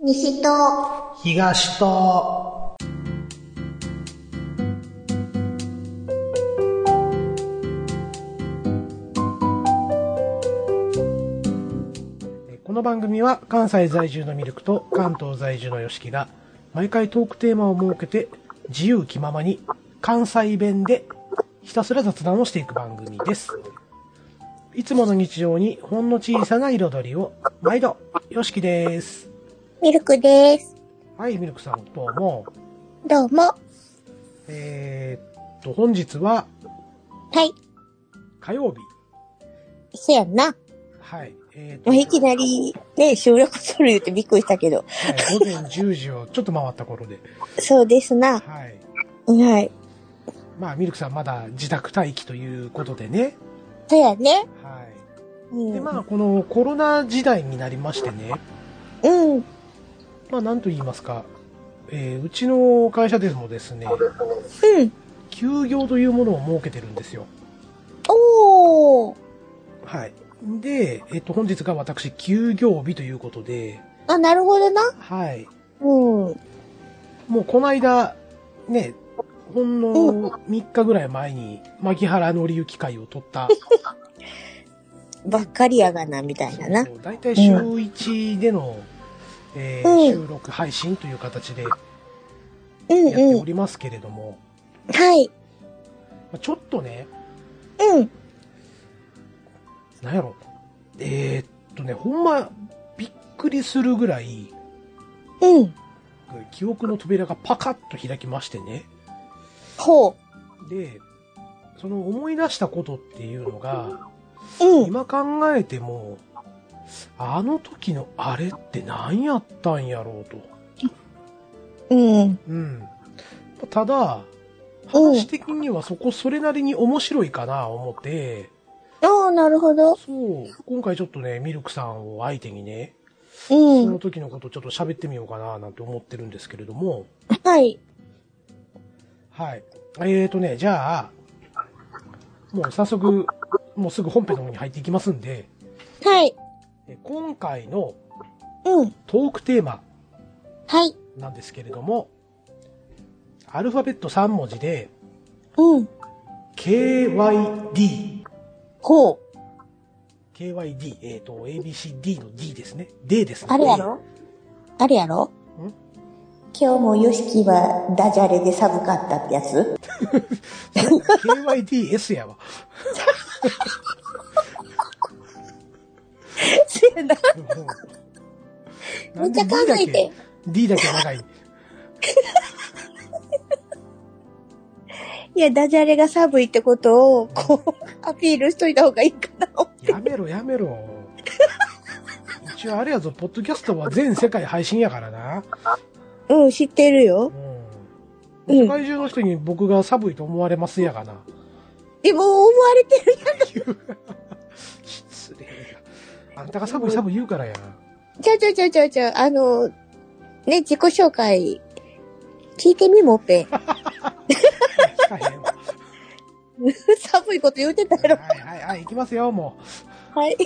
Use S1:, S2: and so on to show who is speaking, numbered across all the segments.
S1: 西と、
S2: 東と、この番組は関西在住のミルクと関東在住のヨシキが毎回トークテーマを設けて自由気ままに関西弁でひたすら雑談をしていく番組です。いつもの日常にほんの小さな彩りを毎度、ヨシキです。
S1: ミルクです。
S2: はい、ミルクさんどうも。
S1: どうも。は。
S2: えーっと、本日はい火曜日。
S1: そやんな。
S2: はい。えーっと、
S1: もういきなり、ね、収録する言ってびっくりしたけど。
S2: はい午前10時をちょっと回った頃で。
S1: そうですな。
S2: はい。
S1: はい。
S2: まあ、ミルクさんまだ自宅待機ということでね。
S1: そやね。
S2: は
S1: う
S2: い。
S1: ん。
S2: で、まあ、このコロナ時代になりましてね。
S1: うん。
S2: まあ、なんと言いますか。えーうちの会社でもですね、
S1: うん。
S2: 休業というものを設けてるんですよ。
S1: おー。
S2: はい。で、えっと、本日が私、休業日ということで、
S1: あ、なるほどな。
S2: はい。
S1: うん。
S2: もうこの間、ね、ほんの3日ぐらい前に、牧原のりゆき会を取った。
S1: ばっかりやがな、みたいなな。
S2: そう大体週1での、えー
S1: うん
S2: 収録配信という形でや
S1: うん
S2: って
S1: う
S2: お
S1: ん。
S2: りますけれども、
S1: はい。
S2: まあちょっとね、
S1: うん。
S2: なんやろ、えーっとね、ほんま、びっくりするぐらい、
S1: うん。
S2: 記憶の扉がパカッと開きましてね。
S1: ほ
S2: で、その思い出したことっていうのが、
S1: う。うん。
S2: 今考えても、あの時のあれって何やったんやろうと。
S1: うん。
S2: うん。ただ、
S1: うん
S2: 話的にはそこそれなりに面白いかな思って、
S1: ああ、なるほど。
S2: そう、今回ちょっとね、ミルクさんを相手にね、
S1: う
S2: その
S1: ん。
S2: 時のことちょっと喋ってみようかななんて思ってるんですけれども、
S1: はい。
S2: はい。えーとね、じゃあ、もう早速、もうすぐ本編の方に入っていきますんで、
S1: はい。
S2: え今回の
S1: うん。
S2: トークテーマ、
S1: はい。
S2: なんですけれども、アルファベット3文字で、
S1: うん。
S2: KYD。
S1: ほう。
S2: KYD、えっ、と、ABCD の D ですね。D ですね。
S1: あれやろあれやろ
S2: ん
S1: 今日もヨシキはダジャレで寒かったってやつ
S2: ?KYDS やわ。
S1: そうやな。
S2: なんで
S1: めっちゃ考えて
S2: D だけ D だけ長い。
S1: いや、ダジャレが寒いってことを、こ う、アピールしといた方がいいかな。
S2: やめろ、やめろ。一応あれやぞ、ポッドキャストは全世界配信やからな。
S1: うん、知ってるよう
S2: う。。
S1: んん
S2: 世界中の人に僕が寒いと思われますやがな。
S1: でも、思われてる。
S2: 失礼や。あんたが寒い寒い言うからや。
S1: ちゃうちゃうちゃうちゃうちゃう。あの、ね、自己紹介、聞いてみもっぺん。
S2: 聞かへんわ
S1: 寒いこと言うてたやろ。
S2: はいはいはい、行きますよ、もう。
S1: はい。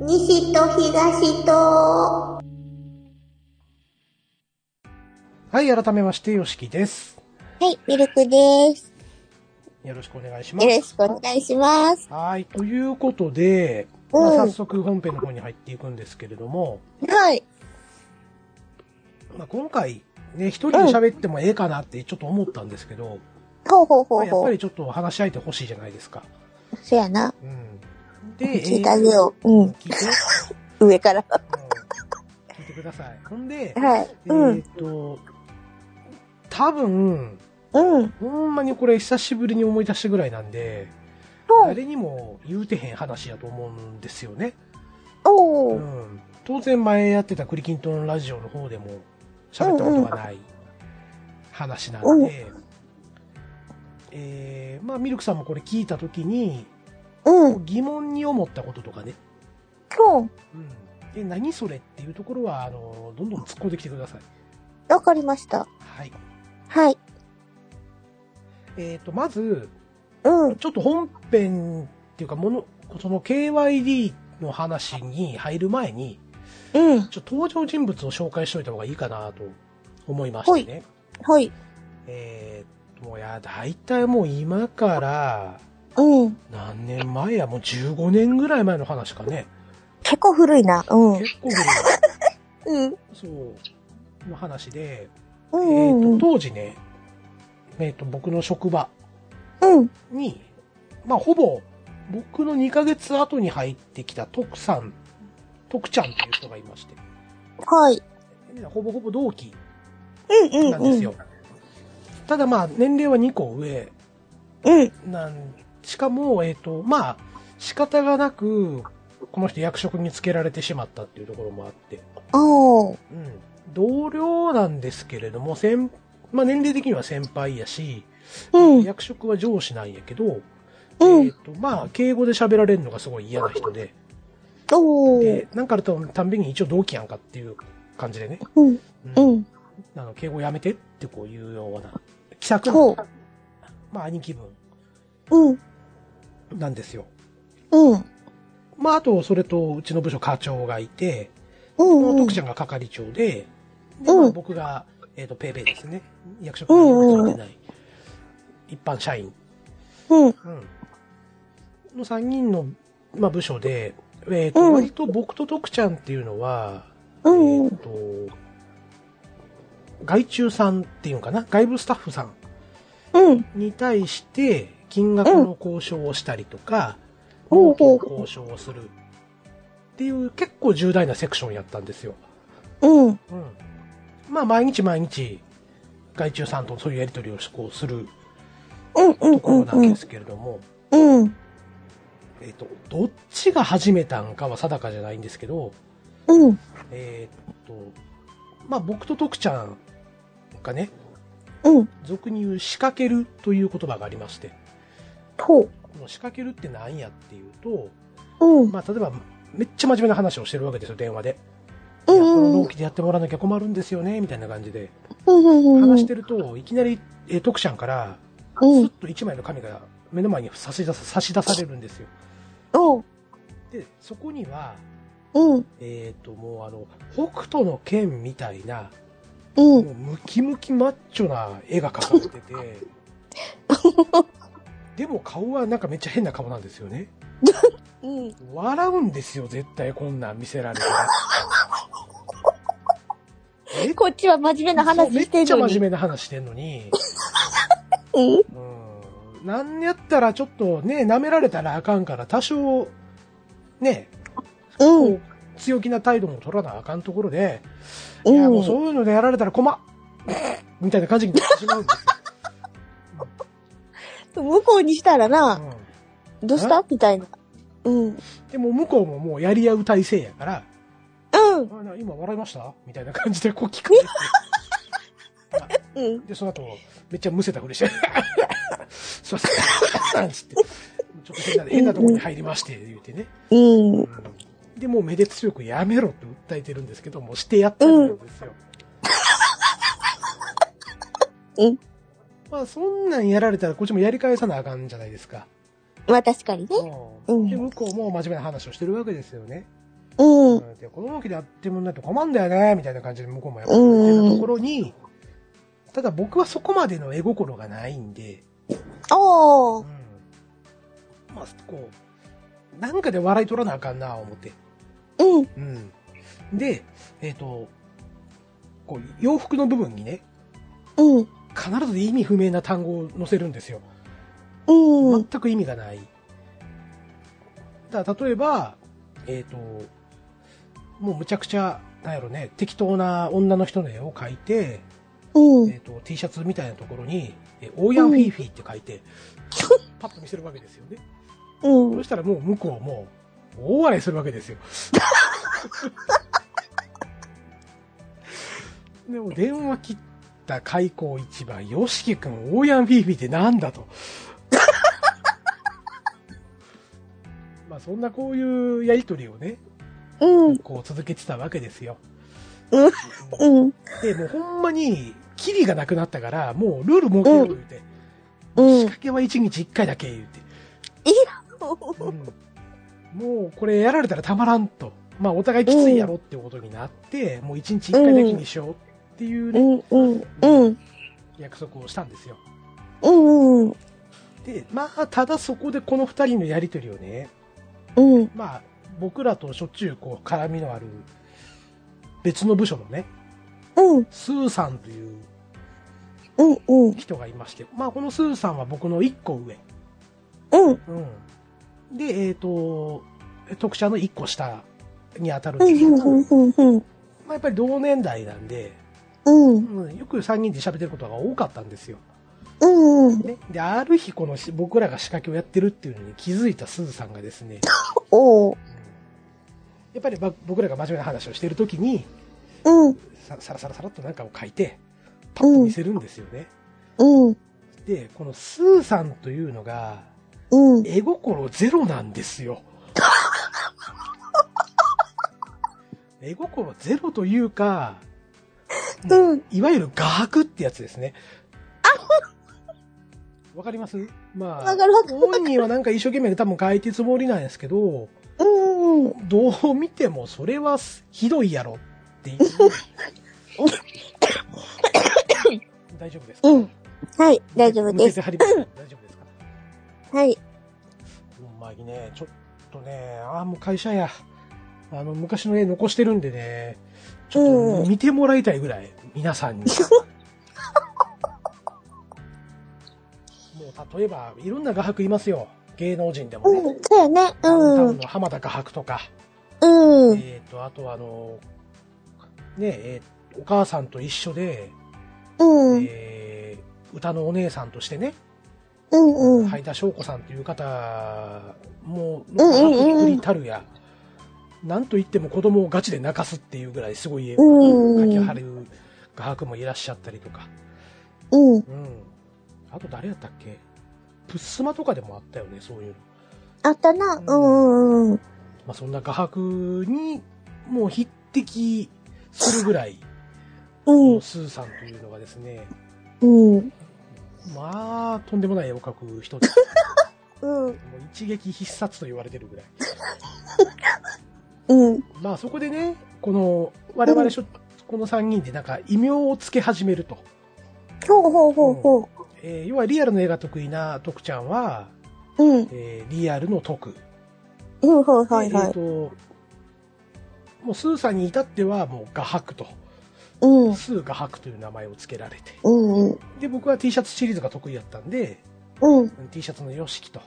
S1: 西と東と。
S2: はい、改めまして、よしきです。
S1: はい、ミルクです。
S2: よろしくお願いします。
S1: よろしくお願いします。
S2: はい、ということで、まあ
S1: うん
S2: 早速本編の方に入っていくんですけれども、
S1: はい。
S2: まあ、今回、ね、一人で喋ってもええかなってちょっと思ったんですけど、
S1: ほうほうほ
S2: まあ
S1: う
S2: やっ
S1: ほ
S2: ぱ
S1: う。
S2: りちょっと話し相手欲しいじゃないですか。
S1: そやな。
S2: うん。で、
S1: 聞いてあげよう。う
S2: えー
S1: ん。
S2: 聞いて、
S1: 上から。
S2: うん聞いてください。ほんで、
S1: はい。う
S2: えー
S1: ん。
S2: っと、多分、
S1: うん。
S2: ほんまにこれ久しぶりに思い出したぐらいなんで、
S1: ほう。
S2: 誰にも言うてへん話やと思うんですよね。
S1: お
S2: う
S1: ー。
S2: ん、当然前やってたクリキントンラジオの方でも喋ったことがない話なんで、
S1: うん
S2: えーまあミルクさんもこれ聞いた時に
S1: うん。
S2: 疑問に思ったこととかね、
S1: ほう。
S2: うん、え、何それっていうところは、あの、どんどん突っ込んできてください。
S1: わかりました。
S2: はい。
S1: はい。
S2: えっ、と、まず、
S1: うん。
S2: ちょっと本編っていうか、もの、その KYD の話に入る前に、
S1: うん。
S2: ちょっと登場人物を紹介しといた方がいいかなと思いましてね。
S1: はい。
S2: えー、もういや、だいたいもう今から、
S1: うん。
S2: 何年前や、もう15年ぐらい前の話かね。
S1: 結構古いな。うん。
S2: 結構古
S1: う
S2: い、
S1: ん。
S2: そう、の話で、
S1: う
S2: え
S1: ん。う
S2: ー、と、
S1: ん。
S2: 当時ね、えっ、と、僕の職場
S1: うん。
S2: に、まあ、ほぼ、僕の2ヶ月後に入ってきた徳さん、徳ちゃんっていう人がいまして、
S1: はい。
S2: ねほぼほぼ同期
S1: うん。うん。
S2: なんです
S1: うん。
S2: よ。ただまあ、年齢は2個上
S1: うん。
S2: なん、しかも、えっ、と、まあ、仕方がなく、この人役職につけられてしまったっていうところもあって、
S1: おー。
S2: うん、同僚なんですけれども、先、まあ、年齢的には先輩やし、
S1: うん。
S2: 役職は上司なんやけど、
S1: う
S2: え
S1: ん。
S2: っと、まあ、敬語で喋られるのがすごい嫌な人で、
S1: おー。
S2: で、なんかあるとたんびに一応同期やんかっていう感じでね、
S1: うん。
S2: う
S1: うんん。
S2: あの敬語やめてってこういうような、気さく
S1: ほ
S2: な、まあ、兄貴分
S1: う。うん。
S2: なんですよ。
S1: うん。
S2: まあ、あと、それと、うちの部署課長がいて、
S1: うん。うん
S2: 徳ち。ゃんが係長で、で
S1: うん
S2: まあ僕が、えっ、と、ペイペイですね。役職に入れてない、一般社員、
S1: うん。
S2: の3人の、まあ、部署で、えっ、と、
S1: うん
S2: 割と僕と徳ちゃんっていうのは、
S1: うん
S2: えっ、と、外注さんっていうのかな外部スタッフさん
S1: うん。
S2: に対して、金額の交渉をしたりとか、
S1: うん
S2: 納期の交渉をするっていう結構重大なセクションやったんですよ。
S1: うん。
S2: うん、まあ毎日毎日害虫さんとそういうやり取りをこうする
S1: うん。うん。
S2: ところなんですけれども、
S1: うん。うん。
S2: えっとどっちが始めたんかは定かじゃないんですけど、
S1: うん。
S2: えっとまあ、僕と徳ちゃんがね
S1: うん。
S2: 俗に言う「仕掛ける」という言葉がありまして
S1: ほう。
S2: この仕掛けるって何やっていうと、
S1: うん。
S2: まあ、例えばめっちゃ真面目な話をしてるわけですよ電話で。
S1: う
S2: いやこの
S1: ん。う
S2: 納
S1: ん。
S2: 期でやってもらわなきゃ困るんですよねみたいな感じで
S1: うん。
S2: 話してるといきなり、えー徳ちゃんから
S1: う
S2: スッ
S1: ん。
S2: と1枚の紙が目の前に差し出さ差し出されるんですよ。
S1: おう。
S2: で、そこには、
S1: うん。
S2: えっ、と、もうあの、北斗の剣みたいな、
S1: う。
S2: もうんムキムキマッチョな絵が描かれて て、でも顔はなんかめっちゃ変な顔なんですよね。
S1: うん。
S2: 笑うんですよ、絶対こんなん見せら れて。え
S1: こっちは真面目な話してる
S2: そう
S1: の
S2: めっちゃ真面
S1: に。
S2: 目な話してん のに、
S1: うん。
S2: うんなんやったらちょっとね、舐められたらあかんから、多少、ね、
S1: うん
S2: こう強気な態度も取らなあかんところで、
S1: うん
S2: いや、もうそういうのでやられたら困っみたいな感じになってしまうんです
S1: 向こうにしたら な、
S2: よ。
S1: どうしたみたいな。うん。うん。
S2: うん、でも向こうももうやり合う体制やから、あな今笑いましたみたいな感じでこう聞くんですよ。
S1: うん。
S2: で、その後、めっちゃむせたふりして、 すいません、つ って、ちょっと変な変なところに入りまして、言うてね。
S1: うん。
S2: で、もう目で強くやめろって訴えてるんですけど、もうしてやったんですよ。
S1: うん。
S2: まあ、そんなんやられたらこっちもやり返さなあかんじゃないですか。
S1: まあ確かにね。
S2: うん
S1: うん
S2: で、向こうも真面目な話をしてるわけですよね。
S1: うん。う
S2: うんでこの動きでやってもらって困るんだよね、みたいな感じで向こうもやっぱり言ってたところに、ただ僕はそこまでの絵心がないんで、
S1: お
S2: う
S1: ー
S2: ん。まあ、こう、なんかで笑い取らなあかんな、思って。
S1: うん。
S2: うん。で、えっ、と、こう、洋服の部分にね、
S1: うん。
S2: 必ず意味不明な単語を載せるんですよ。
S1: うん
S2: 全。く意味がない。だから例えば、えっ、と、もうむちゃくちゃ、なんやろね、適当な女の人の絵を描いて、
S1: う
S2: え
S1: ん。
S2: っ、と、T シャツみたいなところに、えオーヤンフィーフィーって書いて、パッと見せるわけですよね。
S1: うん。う
S2: そしたらもう向こうも、大笑いするわ けですよ。でも電話切った開口一番、よしきくん、オーヤンフィーフィーってなんだと。 まあそんなこういうやりとりをね、
S1: うん、
S2: こう続けてたわけですよ。
S1: うん、
S2: で、もうほんまに、キリがなくなったから、もうルール設けよう言うて、
S1: うん
S2: 仕。掛けは1日1回だけ言うて、うんもうこれやられたらたまらんと、まあ、お互いきついやろってことになって、もう1日1回だけにしようっていう、
S1: う
S2: ね
S1: ん、うん、うん、
S2: 約束をしたんですよ。
S1: うん、うん、
S2: で、まあ、ただそこでこの2人のやりとりをね、
S1: うん、
S2: まあ、僕らとしょっちゅうこう絡みのある別の部署のね、
S1: うん、
S2: スーさんという
S1: うん、うん、
S2: 人がいまして、まあ、このスーさんは僕の1個上。
S1: うん、
S2: うん、で、えっ、と、特者の1個下に当たるん
S1: う
S2: ですけど、
S1: ん、うん、うん、うん、
S2: まあ、やっぱり同年代なんで、
S1: うん、
S2: うんよく3人で喋ってることが多かったんですよ。
S1: うん、
S2: ね、で、ある日、このし僕らが仕掛けをやってるっていうのに気づいたすずさんがですね、
S1: おう、
S2: やっぱりば僕らが真面目な話をしてるときに
S1: うん、
S2: さ、さらさらさらっとなんかを書いて、パッと見せるんですよね。
S1: うん、
S2: で、このスーさんというのが、
S1: うん、
S2: 絵心ゼロなんです よ。絵心ゼロというか、
S1: うん
S2: もいわゆる画伯ってやつですね。わかりますまあ
S1: わ、かるわかる
S2: 本人はなんか一生懸命多分書いてるつもりなんですけど、
S1: うん、うん、
S2: どう見てもそれはひどいやろっ ていう。大丈夫ですか
S1: うん。はい、大丈夫で
S2: 抜け
S1: す
S2: て。はりました大丈夫ですか
S1: はい。
S2: ほんまにね、ちょっとね、ああ、もう会社や。あの、昔の絵残してるんでね、ちょっ
S1: う
S2: と
S1: ん
S2: 見てもらいたいぐらい、皆 さんに。もう例えば、いろんな画伯いますよ。芸能人でもね。
S1: うん、そうやね。
S2: ダウンタ
S1: う
S2: ウン
S1: ん、
S2: の浜田画伯とか、
S1: うん、
S2: えっ、と、あとあの、ねえーお母さんと一緒で、
S1: うん、
S2: えー歌のお姉さんとしてね、
S1: うん、うん。
S2: 灰田翔子さんという方も、う
S1: うんうんうん
S2: っぷりたるや、なんといっても子供をガチで泣かすっていうぐらいすごい絵を
S1: うん
S2: 描きはる画伯もいらっしゃったりとか、
S1: うん。
S2: うん、あと誰やったっけプッスマとかでもあったよね、そういうの。
S1: あったな。うん、うん、
S2: まあ、そんな画伯にもう匹敵するぐらい、
S1: うん、
S2: スーさんというのがですね、
S1: うん、
S2: まあ、とんでもない絵を描く人で、
S1: うん、
S2: もう一撃必殺と言われてるぐらい。
S1: うん、
S2: まあそこでね、この我々しょ、この3人でなんか異名をつけ始めると。
S1: ほうほうほうほ
S2: えー要はリアルの絵が得意な徳ちゃんは、
S1: う。うん、
S2: えーリアルの徳。
S1: うん、はいはい
S2: でえ
S1: は
S2: ー
S1: い。
S2: と、もうスーさんに至ってはもう画伯と、
S1: うん、
S2: スー画伯という名前を付けられて。
S1: うん、うん、
S2: で、僕は T シャツシリーズが得意だったんで、
S1: うん、
S2: うん T シャツの様式と、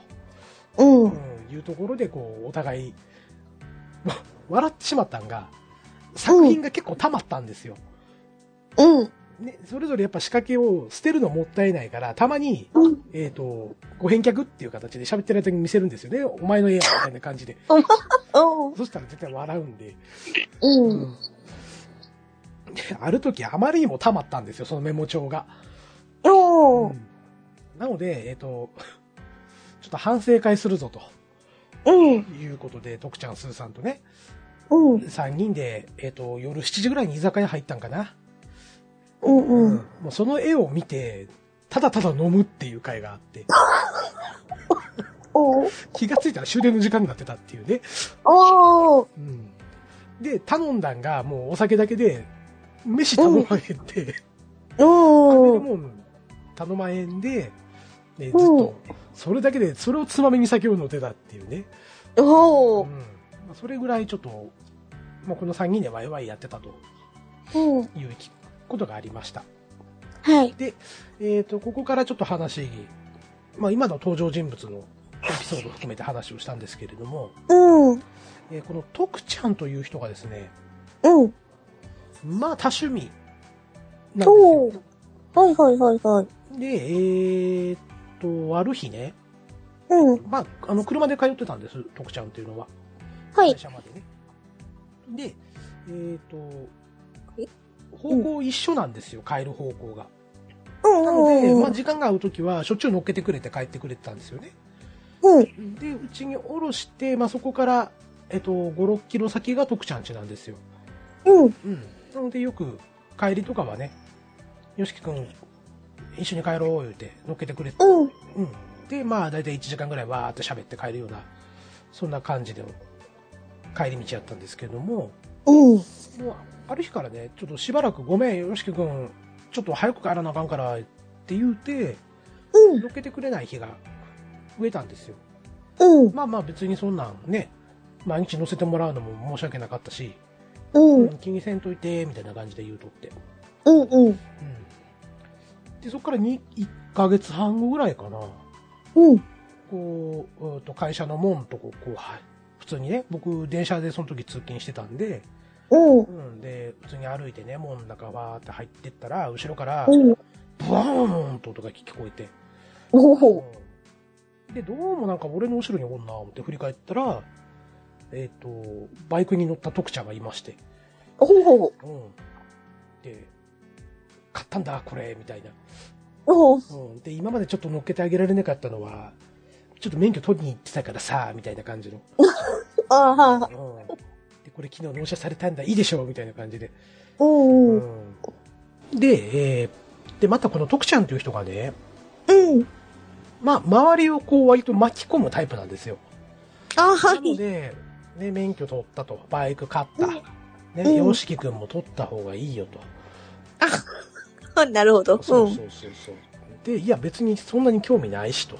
S1: う、
S2: うんん、いうところでこう、お互い、ま笑ってしまったんが、作品が結構溜まったんですよ。
S1: うん、
S2: ね、それぞれやっぱ仕掛けを捨てるのもったいないから、たまに、
S1: うん
S2: えっ、と、ご返却っていう形で喋ってる間に見せるんですよね。お前の絵や、みたいな感じで。そしたら絶対笑うんで。
S1: うん、
S2: である時、あまりにも溜まったんですよ、そのメモ帳が。
S1: おー、
S2: なので、えっ、と、ちょっと反省会するぞと
S1: うん、
S2: いうことで、徳ちゃん、スーさんとね、
S1: うん、
S2: 3人で、えっ、と、夜7時ぐらいに居酒屋入ったんかな。
S1: うん、うん。
S2: もうその絵を見て、ただただ飲むっていう会があって、
S1: おー、
S2: 気がついたら終電の時間になってたっていうね。
S1: おー、
S2: うんで、頼んだんが、もうお酒だけで、飯頼まへんで、食べる
S1: うん、
S2: もん頼まへんで、
S1: う
S2: でずっ
S1: ん
S2: と、それだけで、それをつまみに酒を飲んでたっていうね。う
S1: お
S2: ん
S1: ー、
S2: まあ、それぐらいちょっと、まあ、この3人でワイワイやってたと
S1: うん、
S2: いうきことがありました。
S1: はい、
S2: えっ、と、ここからちょっと話、まあ、今の登場人物のエピソードを含めて話をしたんですけれども、
S1: うん、
S2: えーこの徳ちゃんという人がですね、
S1: うん、
S2: まあ多趣味なんですよ
S1: お。ー、はいはいはいはい。
S2: で、えーっと、ある日ね、
S1: うん、
S2: まあ、あの、車で通ってたんです、徳ちゃんっていうのは。
S1: はい
S2: 会、社までね。で、えーっ
S1: え
S2: と、方向一緒なんですよ、帰る方向が。
S1: うん、
S2: なので、
S1: う
S2: まあ、
S1: ん、
S2: 時間が合うときは、しょっちゅう乗っけてくれて帰ってくれてたんですよね。
S1: うん、
S2: で、うちに降ろして、まあ、そこから、えっと、5、6キロ先が徳ちゃん家なんですよ。
S1: うん。
S2: うん。なのでよく帰りとかはね、よしきくん、一緒に帰ろう言うて乗っけてくれて、
S1: うん。
S2: うん。で、まあ大体1時間ぐらいわーっと喋って帰るような、そんな感じで帰り道やったんですけども、
S1: うん。
S2: もうある日からね、ちょっとしばらくごめん、よしきくん、ちょっと早く帰らなあかんからって言うて、
S1: うん。
S2: 乗っけてくれない日が増えたんですよ。
S1: うん。
S2: まあまあ別にそんなんね、毎日乗せてもらうのも申し訳なかったし、
S1: うん。
S2: 気にせんといて、みたいな感じで言うとって。
S1: うん。うん。
S2: うんでそこから2 1ヶ月半後ぐらいかな
S1: うん。
S2: こううーんと会社の門とこうこうはい普通にね僕電車でその時通勤してたんで,、
S1: うん。
S2: うん、で普通に歩いてね門の中わーって入ってったら後ろから
S1: うん。
S2: ブワーンと音が聞こえて、
S1: おほ
S2: うんでどうもなんか俺の後ろにおんなと思って振り返ったらえっ、とバイクに乗った徳ちゃんがいまして、
S1: おほ
S2: うん、で買ったんだこれみたいな
S1: おう
S2: うん、で今までちょっと乗っけてあげられなかったのはちょっと免許取りに行ってたからさみたいな感じの、
S1: あは
S2: うん、でこれ昨日納車されたんだいいでしょうみたいな感じで、
S1: うん。うん。
S2: うんで,、えーでまたこの徳ちゃんという人がね、
S1: うん。
S2: まあ、周りをこう割と巻き込むタイプなんですよ
S1: あは
S2: なの
S1: い。
S2: で、ね、免許取ったとバイク買った
S1: うん
S2: ね
S1: うん
S2: 洋く君も取った方がいいよと
S1: あ、なるほど。
S2: そうそうそうそうでいや別にそんなに興味ないしと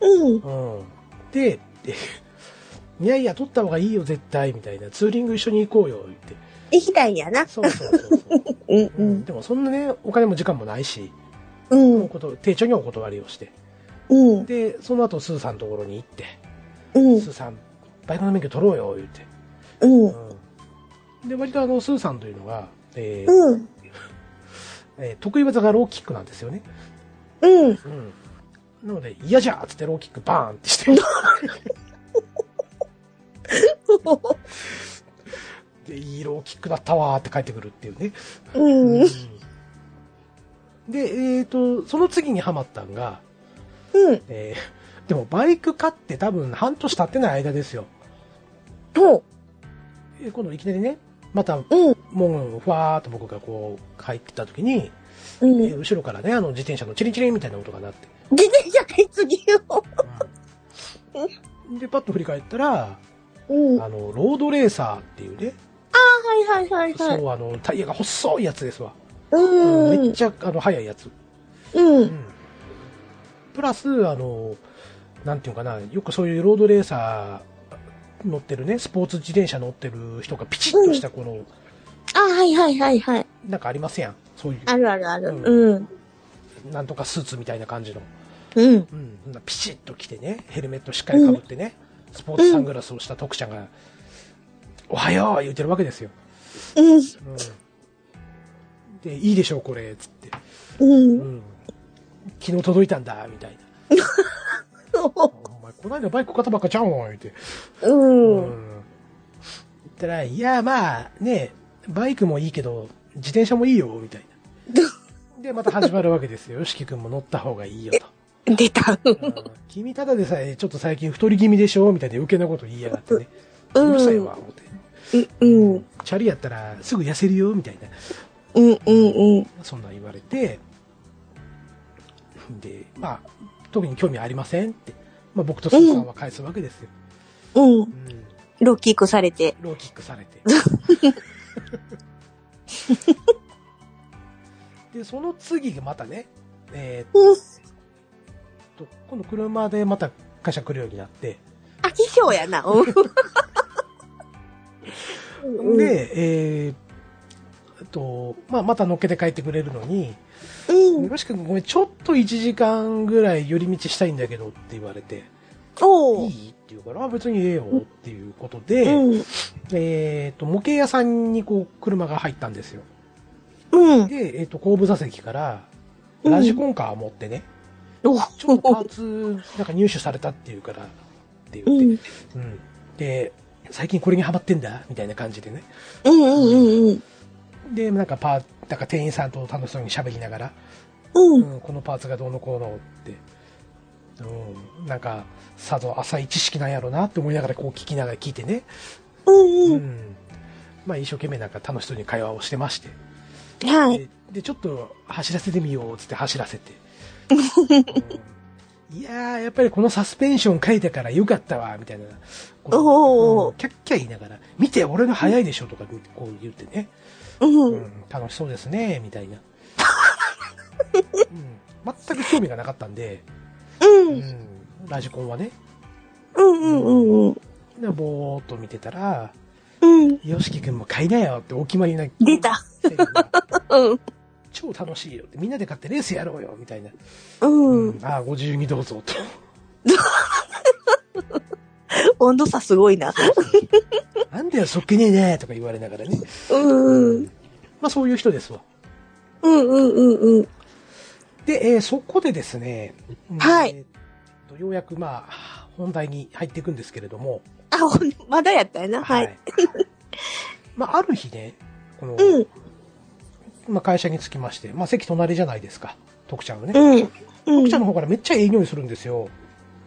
S1: うん。うん。
S2: うん、で で「いやいや取った方がいいよ絶対」みたいな「ツーリング一緒に行こうよ」言って
S1: 行きたいんやな。
S2: そうそうそうそう、
S1: うん
S2: う。ん、でもそんなねお金も時間もないし
S1: う
S2: お
S1: ん。
S2: こと丁重にお断りをして
S1: うん。
S2: でその後スーさんのところに行って
S1: う
S2: 「
S1: ん
S2: ス。ーさんバイクの免許取ろうよ」言って、
S1: うん。
S2: うん、で割とあのスーさんというのが、えー
S1: うん。
S2: えー得意技がローキックなんですよね、
S1: うん。
S2: うん、なので「嫌じゃ!」っつってローキックバーンってして で、いいローキックだったわーって帰ってくるっていうね。
S1: うん
S2: で、えっ、と、その次にハマったんが、
S1: うん。
S2: えーでもバイク買って多分半年経ってない間ですよ。
S1: と。
S2: えー今度いきなりね、また、
S1: うん。
S2: もう、ふわーっと僕がこう、入ってった時に、
S1: う
S2: え
S1: ん。
S2: ー後ろからね、あの自転車のチリンチリンみたいな音が 鳴って。
S1: 自転車買いすぎよ。
S2: で、パッと振り返ったら、
S1: うん。
S2: あ
S1: は
S2: の、ロードレーサーっていうね、
S1: いはいはいはい。
S2: そう、あの、タイヤが細いやつですわ。
S1: うん。
S2: めっちゃ、あの、速いやつ。
S1: うん。
S2: プラスあのなんていうかなよくそういうロードレーサー乗ってるねスポーツ自転車乗ってる人がピチッとしたこの、
S1: あ、はいはいはいはい。
S2: なんかありますやんそうい
S1: あるあるある。
S2: う
S1: うん。
S2: うなんとかスーツみたいな感じの、
S1: うん。
S2: うん、そんなピチッと着てねヘルメットしっかりかぶってね、スポーツサングラスをした徳ちゃんが「おはよう!」言ってるわけですよ、
S1: うん。
S2: うん、で「いいでしょうこれ」っつって、
S1: う。
S2: うんん「昨日届いたんだ」みたいな「お前こないだバイク買ったばっかちゃうん」言って
S1: うん。
S2: うん言ったら、いや、まあ、ね、バイクもいいけど、自転車もいいよ、みたい な。で、また始まるわけですよ。よしきくんも乗った方がいいよ
S1: 出た。
S2: と。うん君ただでさえ、ちょっと最近太り気味でしょみたいな余計なこと言いやがってね。
S1: う。
S2: うんるさいわ、思って。
S1: うん。
S2: チャリやったらすぐ痩せるよ、みたいな。
S1: うんうんうん。
S2: そんなん言われて、で、まあ、特に興味ありませんって。まあ僕とスーさんは返すわけですよ。
S1: うん。
S2: うん
S1: ロッキークされて。
S2: ローキックさ れて。で、その次がまたね、え
S1: うん。
S2: ーっと、今度車でまた会社来るようになって、
S1: 飽き性やな。うん。、
S2: で、えーっと、まあ、また乗っけて帰ってくれるのに、
S1: うん。
S2: よしくんごめん、ちょっと1時間ぐらい寄り道したいんだけどって言われて、
S1: お
S2: い
S1: ー
S2: いって言うから、あ別にええよっていうことで、
S1: うん。
S2: えーっと、模型屋さんにこう、車が入ったんですよ。
S1: うん。
S2: で、えっと後部座席から
S1: うん
S2: ラジコンカー持ってね、
S1: お
S2: ちょっとパーツなんか入手されたっていうからって
S1: う
S2: 言って、
S1: ん。
S2: うんで最近これにハマってんだみたいな感じでね
S1: うんうんうん
S2: でなんかパーなんか店員さんと楽しそうに喋りながら、
S1: うん。うん。
S2: うんこのパーツがどうのこうのってうん、なんか、さぞ浅い知識なんやろなって思いながらこう聞きながら聞いてね。
S1: うん
S2: う
S1: うん。
S2: ん。まあ一生懸命なんか楽しそうに会話をしてまして。
S1: はい。
S2: ででちょっと走らせてみようっつって走らせ て、うんいやーやっぱりこのサスペンション書いたからよかったわみたいなこと
S1: おー
S2: うんキャッキャ言いながら見て俺の早いでしょとかこう言ってね、
S1: う
S2: うん
S1: ん。
S2: 楽しそうですねみたいな、うん、全く興味がなかったんで、
S1: う。
S2: うんん、ラジコンはね
S1: うんうんうんうん。
S2: でぼーっと見てたら
S1: うん。
S2: よしき君も買いなよってお決まりな
S1: 出た。
S2: セリフが
S1: うん。
S2: 超楽しいよってみんなで買ってレースやろうよみたいな
S1: う。
S2: うんん、ああ、ご自由にどうぞと。
S1: 温度差すごいな。
S2: なんだよ、そっけねえねとか言われながらね。
S1: うんうん。
S2: まあそういう人ですわ。
S1: うんうんうんうん。
S2: で、えーそこでですね、
S1: はい
S2: えーっとようやくまあ、本題に入っていくんですけれども、
S1: あ、ほん、まだやったよな。はい。。
S2: まあ、ある日ね、この、
S1: うん。
S2: まあ、会社に着きまして、まあ、席隣じゃないですか、徳ちゃんはね。
S1: うん。う
S2: 徳
S1: ん
S2: ちゃん。の方からめっちゃええ匂いするんですよ。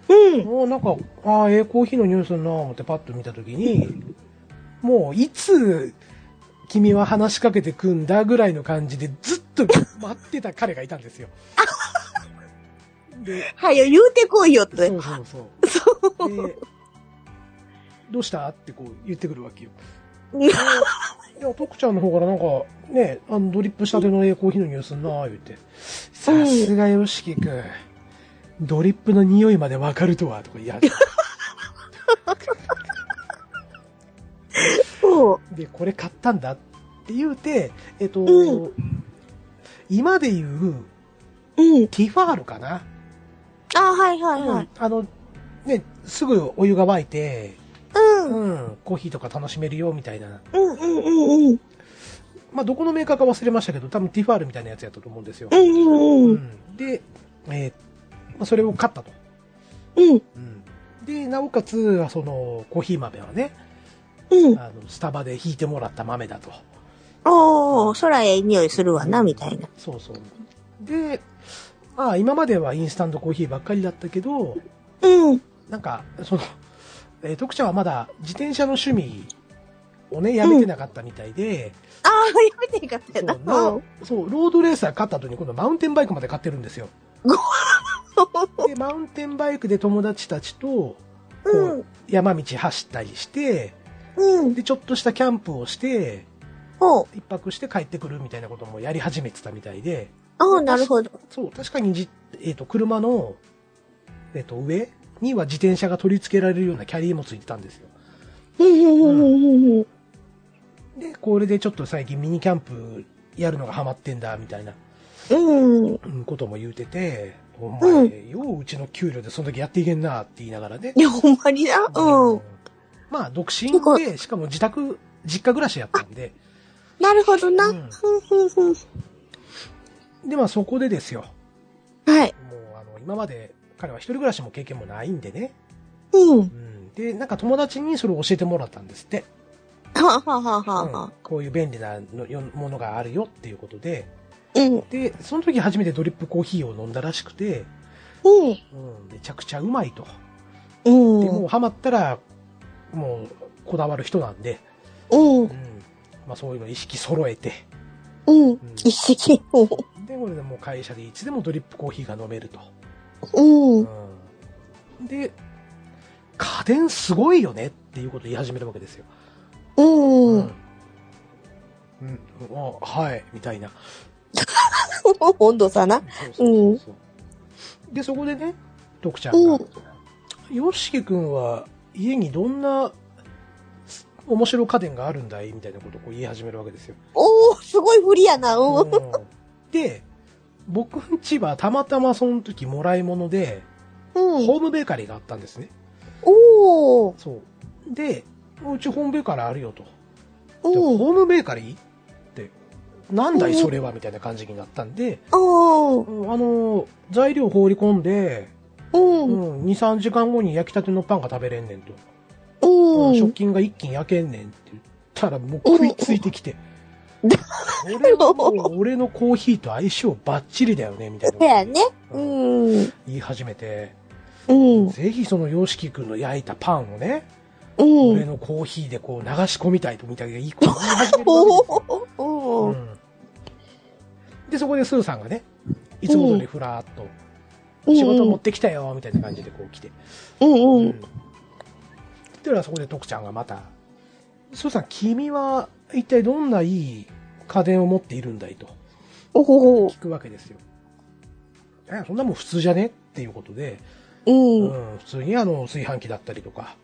S1: うん。
S2: もうなんか、ああ、ええコーヒーの匂いするなぁ思ってパッと見たときに、もういつ君は話しかけてくんだぐらいの感じでずっと待ってた彼がいたんですよ。で、
S1: はよ、言うてこいよっ
S2: そ
S1: て。
S2: うそうそう。
S1: そう。
S2: で、どうしたってこう言ってくるわけよ。
S1: うん
S2: でいや、徳ちゃんの方からなんか、ね、あのドリップしたてのええコーヒーの匂いすんなぁ言って、さすがよしきくん、ドリップの匂いまでわかるとは、とか言い始めて
S1: そう。
S2: で、これ買ったんだって言うて、えっと、
S1: う
S2: 今で言う
S1: うん。
S2: ティファールかな。
S1: あ、はいはいは
S2: うん
S1: い。
S2: あの、ね、すぐお湯が沸いて、
S1: うん。
S2: うん、コーヒーとか楽しめるよみたいな。
S1: うんうんうんうん。
S2: まあ、どこのメーカーか忘れましたけど、多分ティファールみたいなやつやったと思うんですよ
S1: う。んうんうん。
S2: うんで、えーまあ、それを買ったと。
S1: うん
S2: うんで、なおかつ、その、コーヒー豆はね、
S1: うん。
S2: あのスタバで引いてもらった豆だと。
S1: おー、空へいい匂いするわな、みたいな。
S2: そうそう。で、まあ今まではインスタントコーヒーばっかりだったけど、
S1: うん。
S2: なんか、その、えー徳ちゃんはまだ自転車の趣味をね、やめてなかったみたいで、
S1: あー、やめていいかったよな。
S2: そうなそう、ロードレーサー買った後に今度マウンテンバイクまで買ってるんですよ。で、マウンテンバイクで友達たちと、こう、
S1: うん
S2: 山道走ったりして、
S1: うん。うん。
S2: で、ちょっとしたキャンプをして、
S1: ほう。
S2: 一泊して帰ってくるみたいなこともやり始めてたみたいで、
S1: ああ、なるほど。
S2: そう、確かにじ、えっ、と、車の、えっ、と、上には自転車が取り付けられるようなキャリーもついてたんですよ。
S1: うんうんうんうんうん。
S2: で、これでちょっと最近ミニキャンプやるのがハマってんだ、みたいな
S1: うん。
S2: うんことも言うてて、お
S1: う
S2: 前、よううちの給料でその時やっていけんなって言いながらね。
S1: いや、ほんまにな。うん。
S2: まあ、独身
S1: なんか
S2: で、しかも自宅、実家暮らしやったんで、
S1: なるほどな。
S2: う
S1: うんん、ふんふん。
S2: で、まあそこでですよ、
S1: はい。
S2: もうあの、今まで彼は一人暮らしも経験もないんでね、
S1: うん
S2: う。ん。で、なんか友達にそれを教えてもらったんですって。
S1: ははは
S2: うん
S1: は。
S2: こういう便利なのよものがあるよっていうことで、
S1: うん。うん。
S2: で、その時初めてドリップコーヒーを飲んだらしくて、うん、めちゃくちゃうまいと。
S1: う
S2: で、
S1: ん。
S2: もうハマったら、もうこだわる人なんで、
S1: う
S2: うん
S1: ん。、
S2: まあそういうの意識揃えて、
S1: うん。
S2: うん
S1: 一石。
S2: で、これでもう会社でいつでもドリップコーヒーが飲めると。
S1: うん。
S2: うん、で、家電すごいよねっていうことを言い始めるわけですよ。
S1: うん。うん。
S2: うん、あはい、みたいな。
S1: 温度差な。
S2: そうそうそうそうで、そこでね、徳ちゃんが、よしきくんは家にどんなす面白家電があるんだいみたいなことをこう言い始めるわけですよ。
S1: おー、すごい不利やな。うん。うん。
S2: うんで、僕ん家はたまたまその時もらい物で、ホームベーカリーがあったんですね。
S1: おー。
S2: そう。で、うちホームベーカリーあるよと。で
S1: うん。
S2: ホームベーカリーって、なんだい
S1: うん
S2: それはみたいな感じになったんで、
S1: うん。
S2: うんあのー、材料放り込んで、
S1: うん。うん。
S2: うん、2、3時間後に焼きたてのパンが食べれんねんと。食品が一気に焼けんねんって言ったら、もう食いついてきて。
S1: うん
S2: これはもう俺のコーヒーと相性バッチリだよね、みたいな
S1: そうやね。う
S2: うん
S1: ん。
S2: 言い始めて。
S1: うん。
S2: ぜひその YOSHIKI 君の焼いたパンをね、
S1: う
S2: 俺
S1: ん。
S2: のコーヒーでこう流し込みたいとみたいな、いいこと言い始めるわけ
S1: お
S2: ですよ
S1: おおお
S2: うんで、そこでスーさんがね、いつも通りふらーっと、
S1: うん
S2: 仕事持ってきたよ、みたいな感じでこう来て。
S1: うんう
S2: うん
S1: ん。
S2: で、そこで徳ちゃんがまた、スーさん、君は一体どんないい家電を持っているんだいと
S1: おおお
S2: 聞くわけですよ。え、そんなもん普通じゃねっていうことで、
S1: うん。うん
S2: うん、普通にあの、炊飯器だったりとか、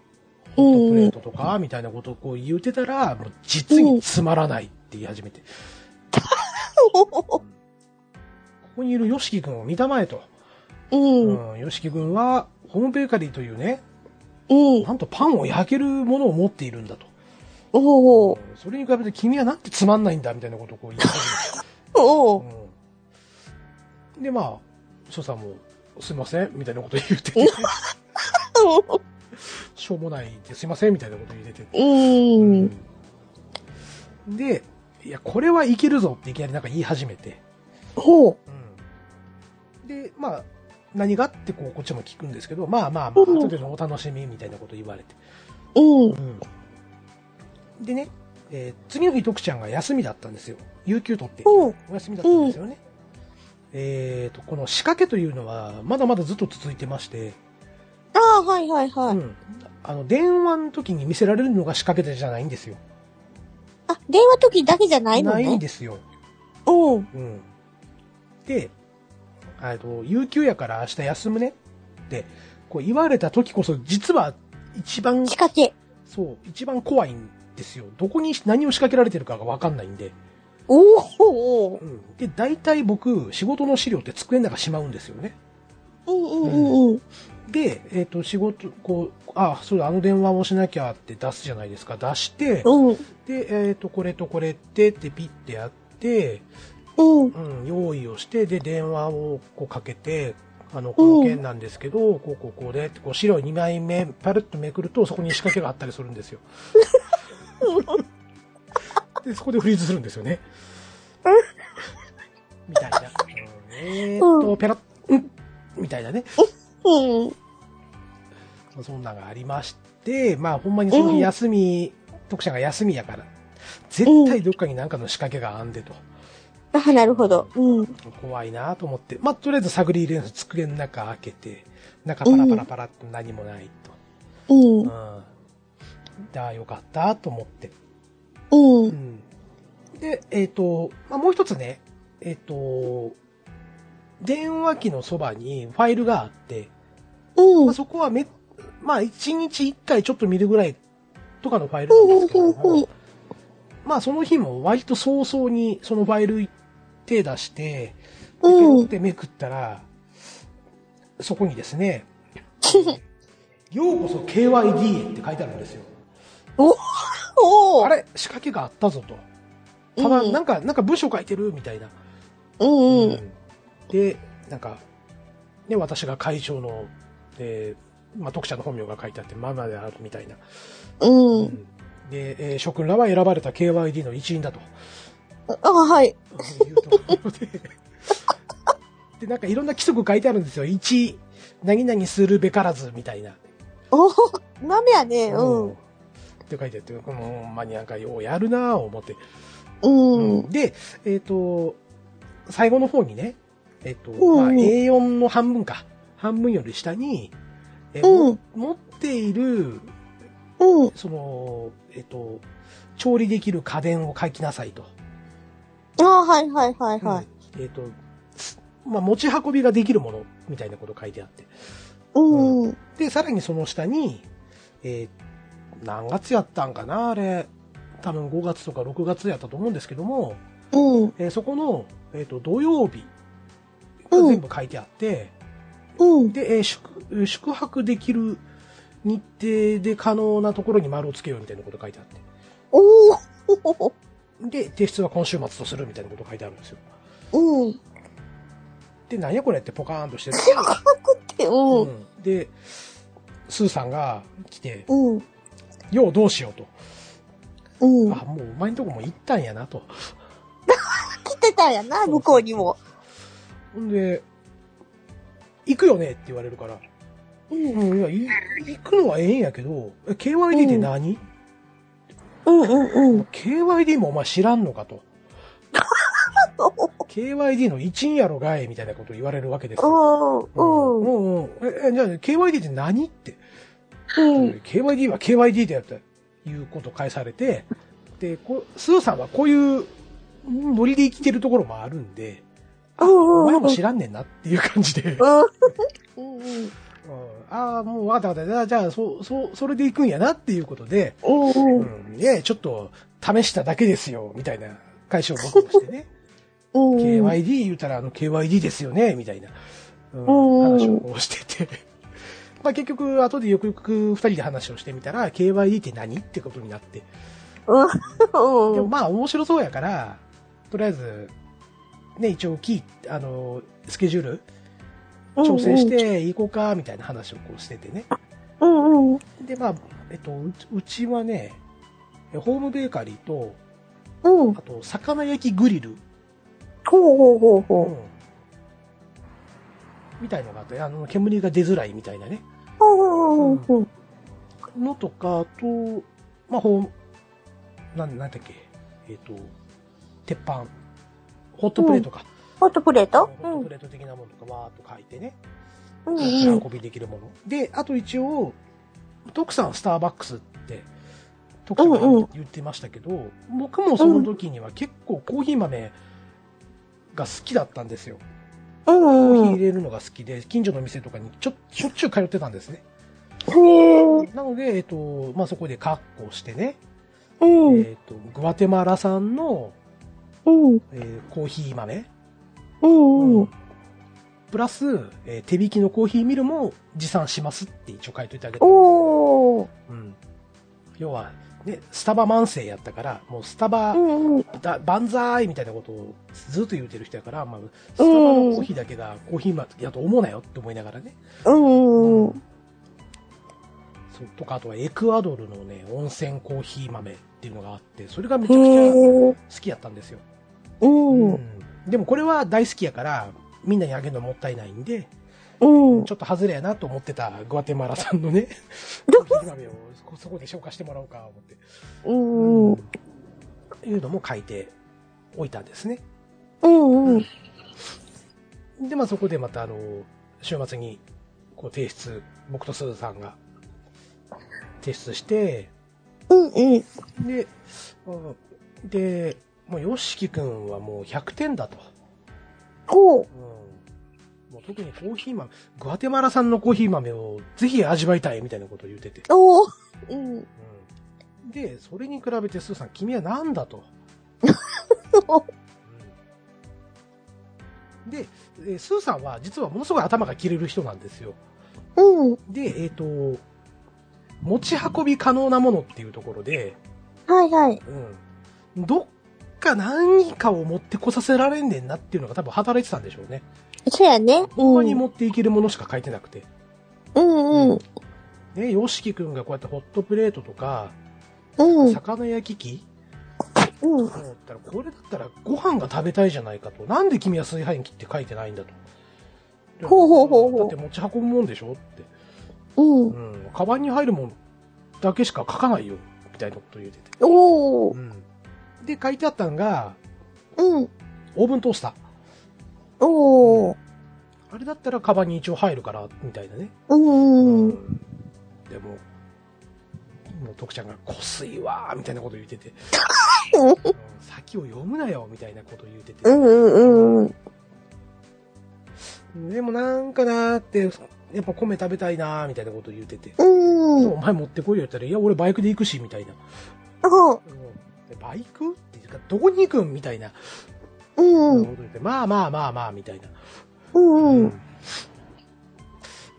S1: う
S2: ホットプレー
S1: ん。
S2: トとか、みたいなことをこう言ってたら、もう実につまらないって言い始めて、ここにいるヨシキ君を見たまえと。
S1: うん。
S2: うん、ヨシキ君は、ホームベーカリーというね、
S1: うん。
S2: なんとパンを焼けるものを持っているんだと。
S1: おお
S2: それに比べて君はなんてつまんないんだみたいなことをこう言ってく
S1: おお
S2: る、うん、で、まあ、所さんも、すいません、みたいなこと言ってて、しょうもないですいません、みたいなこと言ってて。
S1: うん。
S2: で、いや、これはいけるぞっていきなりなんか言い始めて、
S1: ほう。
S2: で、まあ、何がってこう、こっちも聞くんですけど、まあまあまあ、
S1: うん
S2: 後でのお楽しみみたいなこと言われて。
S1: うん。
S2: でね、えー次の日、徳ちゃんが休みだったんですよ。有給取って。
S1: ほう。
S2: お休みだったんですよね。えーと、この仕掛けというのは、まだまだずっと続いてまして、
S1: ああ、はいはいは
S2: う
S1: い。
S2: んあの、電話の時に見せられるのが仕掛けてじゃないんですよ。
S1: あ、電話時だけじゃないの
S2: ん
S1: ね。
S2: ですよ。
S1: うん。
S2: うん。で、えっと、有給やから明日休むねって、こう言われた時こそ、実は一番
S1: 仕、掛け。
S2: そう、一番怖いんですよ。どこに何を仕掛けられてるかがわかんないんで。
S1: おお
S2: うん。で、大体僕、仕事の資料って机の中しまうんですよね。
S1: うんうんうんうん。
S2: で、えっ、と、仕事、こう、あ、そうだ、あの電話をしなきゃって出すじゃないですか。出して、
S1: うん。
S2: で、えっ、と、これとこれって、ってピッてやって、
S1: うん。
S2: うん、用意をして、で、電話をこうかけて、あの、この件なんですけど、こうこうこうでって、こう資料2枚目、パルッとめくると、そこに仕掛けがあったりするんです よ。で、そこでフリーズするんですよね。みたいな。うんえーっと、ペラッ、うん、みたいなね。
S1: うん。
S2: まあそんなんがありまして、まあほんまにその日休み、読者が休みやから、絶対どっかに何かの仕掛けがあんでと、
S1: あ、なるほど。うん。
S2: 怖いなと思って、まあとりあえず探り入れの机の中開けて、中パラパラパラって何もないと。
S1: う。
S2: うんん。だ、よかったと思って。
S1: う。
S2: うんん。で、えっ、と、まあもう一つね、えっ、と、電話機のそばにファイルがあって、
S1: う
S2: まあ、
S1: ん。
S2: そこはめ、まあ、1日1回ちょっと見るぐらいとかのファイルなんですけど
S1: うんうんうん
S2: も、まあ、その日も割と早々にそのファイル手出して、でペロってめくったら、そこにです ね、ようこそ KYD へって書いてあるんですよ。
S1: おお
S2: あれ仕掛けがあったぞと。ただ、
S1: うん
S2: なんか、なんか文章書いてるみたいな。
S1: うんうん。
S2: で、なんか、ね、私が会長の、えーまあ、読者の本名が書いてあって、ママであるみたいな。
S1: うん。
S2: で、えー諸君らは選ばれた KYD の一員だと
S1: あ、はい。
S2: いうところで。で、なんかいろんな規則書いてあるんですよ。1、何々するべからずみたいな。
S1: おお豆やね。うん。
S2: って書いてあって、このほんまになんかようやるなぁ思って。
S1: うん。
S2: で、えっ、と、最後の方にね、えっ、と、
S1: うん
S2: まあ、A4 の半分か。半分より下に、えー
S1: うん
S2: も持っている、
S1: うん。
S2: その、えっ、と、調理できる家電を書きなさいと。
S1: あ、はいはいはいはい。
S2: うんえっ、と、すまあ、持ち運びができるものみたいなこと書いてあって。
S1: うん。うん。
S2: で、さらにその下に、えー何月やったんかなあれ。多分5月とか6月やったと思うんですけども、
S1: うん。
S2: えーそこの、えっ、と、土曜日が
S1: うん
S2: 全部書いてあって、
S1: うん。
S2: で、えー宿、宿泊できる日程で可能なところに丸をつけようみたいなこと書いてあって。
S1: おお
S2: で、提出は今週末とするみたいなこと書いてあるんですよ。
S1: うん。
S2: で、なんやこれってポカーン としてる。
S1: って、う。
S2: うんんで、スーさんが来て、
S1: うん。
S2: ようどうしようと。
S1: うん。
S2: あ、もうお前んとこも行ったんやなと。
S1: 来てたんやな、向こうにも。
S2: ほんで、行くよねって言われるから、
S1: うん。
S2: うん、いや、い行くのはええんやけど、え KYD って何、
S1: うんうんうん。
S2: KYD もお前知らんのかと。KYD の一員やろがいみたいなこと言われるわけです
S1: お
S2: よ。
S1: ー、
S2: うんうん。え、えじゃあ KYD って何って。
S1: うん。うん。
S2: KYD は KYD だよっていうことを返されて、で、こうスーさんはこういうノリで生きてるところもあるんで、お前も知らんねんなっていう感じで、うん、
S1: うんうん。
S2: ああ、もうわかったわかった。じゃあ、そう、そう、それで行くんやなっていうことで、
S1: うんうん。
S2: うん、いやちょっと試しただけですよ、みたいな解消を僕もしてね。
S1: うん。
S2: KYD 言うたらあの KYD ですよね、みたいな、うん
S1: うん
S2: 話をこうしてて。 まあ結局、後でよくよく二人で話をしてみたら、KYD って何ってことになって。でもまあ面白そうやから、とりあえず、ね、一応キー、あの、スケジュール調整し。ていこうか、みたいな話をこうしててね。
S1: うんうん。
S2: で、まあ、えっと、うちうちはね、ホームベーカリーと、
S1: うん。
S2: あと、魚焼きグリル、
S1: ほうほうほう
S2: う
S1: ほ
S2: ん、みたいのがあって、あの、煙が出づらいみたいなね。
S1: う。ほうほうほうほう。
S2: のとか、あと、まあ、ほう、なん、なんだっけ、えっ、と、鉄板、ホットプレートか。
S1: ホットプレート
S2: ホ
S1: う
S2: ット
S1: ん
S2: プ。レート的なものとか、わーっと書いてね、
S1: うん
S2: 持ち
S1: うん。
S2: 運びできるもの。で、あと一応、徳さんスターバックスって、徳さん
S1: うんう
S2: が
S1: ん
S2: 言ってましたけど、僕もその時には結構コーヒー豆が好きだったんですよ。コーヒー
S1: うん。
S2: 入れるのが好きで、近所の店とかにちょしょっちゅう通ってたんですね。
S1: へえ。
S2: なので、えっと、まあ、そこでカッコしてね、
S1: うん。
S2: えっと、グアテマラ産の、
S1: うん。
S2: えーコーヒー豆、
S1: うん。うん。
S2: プラス、えー手引きのコーヒーミルも持参しますって一応書いといてあげて、
S1: おー。
S2: うん、要は、ね、スタバ慢性やったから、もうスタバ
S1: うんうん。
S2: だ万歳みたいなことをずっと言うてる人やから、まあ、スタバのコーヒーだけがコーヒー豆やと思うなよって思いながらね、
S1: うん。
S2: そうとかあとはエクアドルのね温泉コーヒー豆っていうのがあってそれがめちゃくちゃ
S1: へ
S2: 好
S1: え。
S2: きやったんですよ、
S1: うん。
S2: う
S1: うん
S2: でもこれは大好きやからみんなにあげるのもったいないんで
S1: ん。
S2: ちょっと外れやなと思ってたグアテマラさんのねコーヒー豆をそそこで消化してもらおうか思って、
S1: うん。うん。
S2: いうのも書いておいたんですね
S1: うん。
S2: でまあそこでまたあの週末にこう提出僕とすずさんが提出して
S1: うん。うん。
S2: で、あで、もう、よしきくんはもう100点だと。
S1: ほう。
S2: うん。もう特にコーヒー豆、グアテマラ産のコーヒー豆をぜひ味わいたいみたいなことを言ってて。
S1: おー。うん。
S2: うん。で、それに比べてスーさん、君は何 だと。うんで、えースーさんは実はものすごい頭が切れる人なんですよ。
S1: うん。
S2: で、えっ、と、持ち運び可能なものっていうところで、
S1: はいはい。
S2: うん、どっか何かを持ってこさせられんねんなっていうのが多分働いてたんでしょうね。
S1: そやね。うん。
S2: ここに持っていけるものしか書いてなくて。
S1: うんうん。
S2: ね、ヨシキくんがこうやってホットプレートとか、
S1: うん。
S2: 魚焼き器
S1: うん。
S2: だったら、これだったらご飯が食べたいじゃないかと。なんで君は炊飯器って書いてないんだと。
S1: ほうほうほうほう
S2: だって持ち運ぶもんでしょって。
S1: う。
S2: うんん。カバンに入るもんだけしか書かないよ。みたいなこと言うてて。
S1: おー。
S2: うん。で、書いてあったのが、
S1: うん。
S2: オーブントースター。
S1: おー。
S2: あれだったらカバンに一応入るから、みたいなね。
S1: うん。うん。
S2: でも、もう徳ちゃんが、こすいわーみたいなこと 言ってて、うん先を読むなよみたいなこと言ってて
S1: う、んうん。
S2: でもなんかなーって、やっぱ米食べたいなーみたいなこと言ってて、
S1: うん。うん。
S2: お前持ってこいよって言ったら、いや、俺バイクで行くし、みたいな。うんでバイクっていうか、どこに行くんみたいな
S1: うん。
S2: こと言って、まあまあまあまあ、みたいな。
S1: うん。
S2: う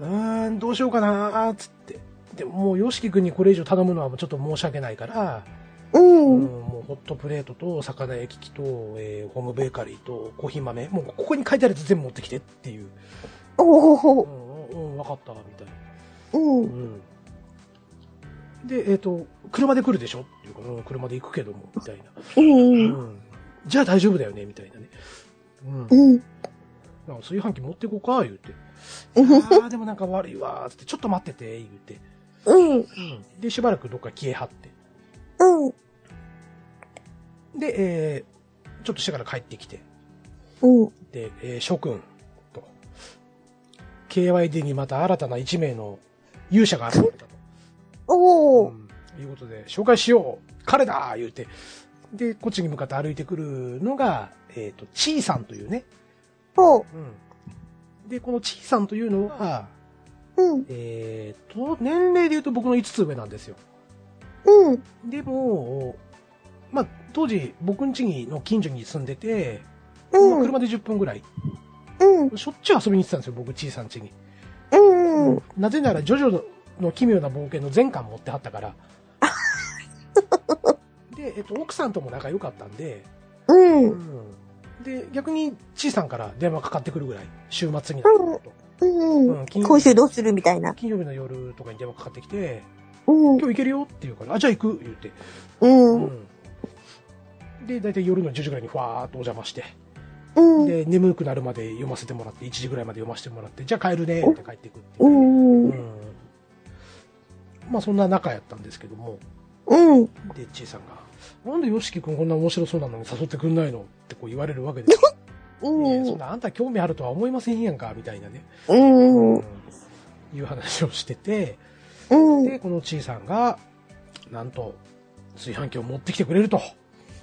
S2: ーん、どうしようかなーっつって。でも、もう、ヨシキ君にこれ以上頼むのはちょっと申し訳ないから、
S1: うん。
S2: うんもうホットプレートと魚焼き器と、えーホームベーカリーとコーヒー豆もうここに書いてあるやつ全部持ってきてっていう、
S1: お
S2: う
S1: ー。
S2: んうんうん、分かったみたいな、
S1: うん。
S2: うん、でえっ、と車で来るでしょっていうからうん車で行くけどもみたいな、
S1: う。
S2: うんん、じゃあ大丈夫だよねみたいなね、うん
S1: うん。
S2: なんか炊飯器持ってこうか、言うて。ああ、でもなんか悪いわ、つって、ちょっと待ってて、言うて。
S1: うん、
S2: で、しばらくどっか消えはって。
S1: うん、
S2: で、えー、ちょっとしてから帰ってきて。
S1: うん。
S2: で、えー諸君、と。KYD にまた新たな1名の勇者が現れたと。
S1: お
S2: う
S1: ー、
S2: んいうことで、紹介しよう彼だ言うて。で、こっちに向かって歩いてくるのが、えっ、と、ちーさんというね。
S1: ほう、
S2: うん。で、このちーさんというのは、
S1: うん、
S2: えっ、と、年齢で言うと僕の5つ上なんですよ。
S1: うん、
S2: でも、まあ、当時、僕ん家の近所に住んでて、まあ
S1: うん、
S2: 車で10分ぐらい。
S1: うん、
S2: しょっちゅう遊びに行ってたんですよ、僕、ちーさん家に。
S1: うん、うん。
S2: なぜなら、ジョジョの奇妙な冒険の全巻持ってはったから。で、えっと、奥さんとも仲良かったんで、
S1: うん、うん、
S2: で、逆に、ちーさんから電話かかってくるぐらい、週末になると。
S1: うん。今週どうするみたいな。
S2: 金曜日の夜とかに電話かかってきて、
S1: うん、
S2: 今日行けるよって言うから、あ、じゃあ行く言って。
S1: うん、うん、
S2: うん。で、大体夜の10時ぐらいにふわーっとお邪魔して、
S1: うん、、
S2: で、眠くなるまで読ませてもらって、1時ぐらいまで読ませてもらって、じゃあ帰るねって帰ってくっていうう。うんん。まあそんな仲やったんですけども、
S1: うん。
S2: で、ちーさんが、なんでよしきくんこんな面白そうなのに誘ってくんないのってこう言われるわけですよ。いやそんなあんた興味あるとは思いませんやんか、みたいなね。
S1: うん、
S2: いう話をしてて、
S1: うん。
S2: で、このちいさんが、なんと、炊飯器を持ってきてくれると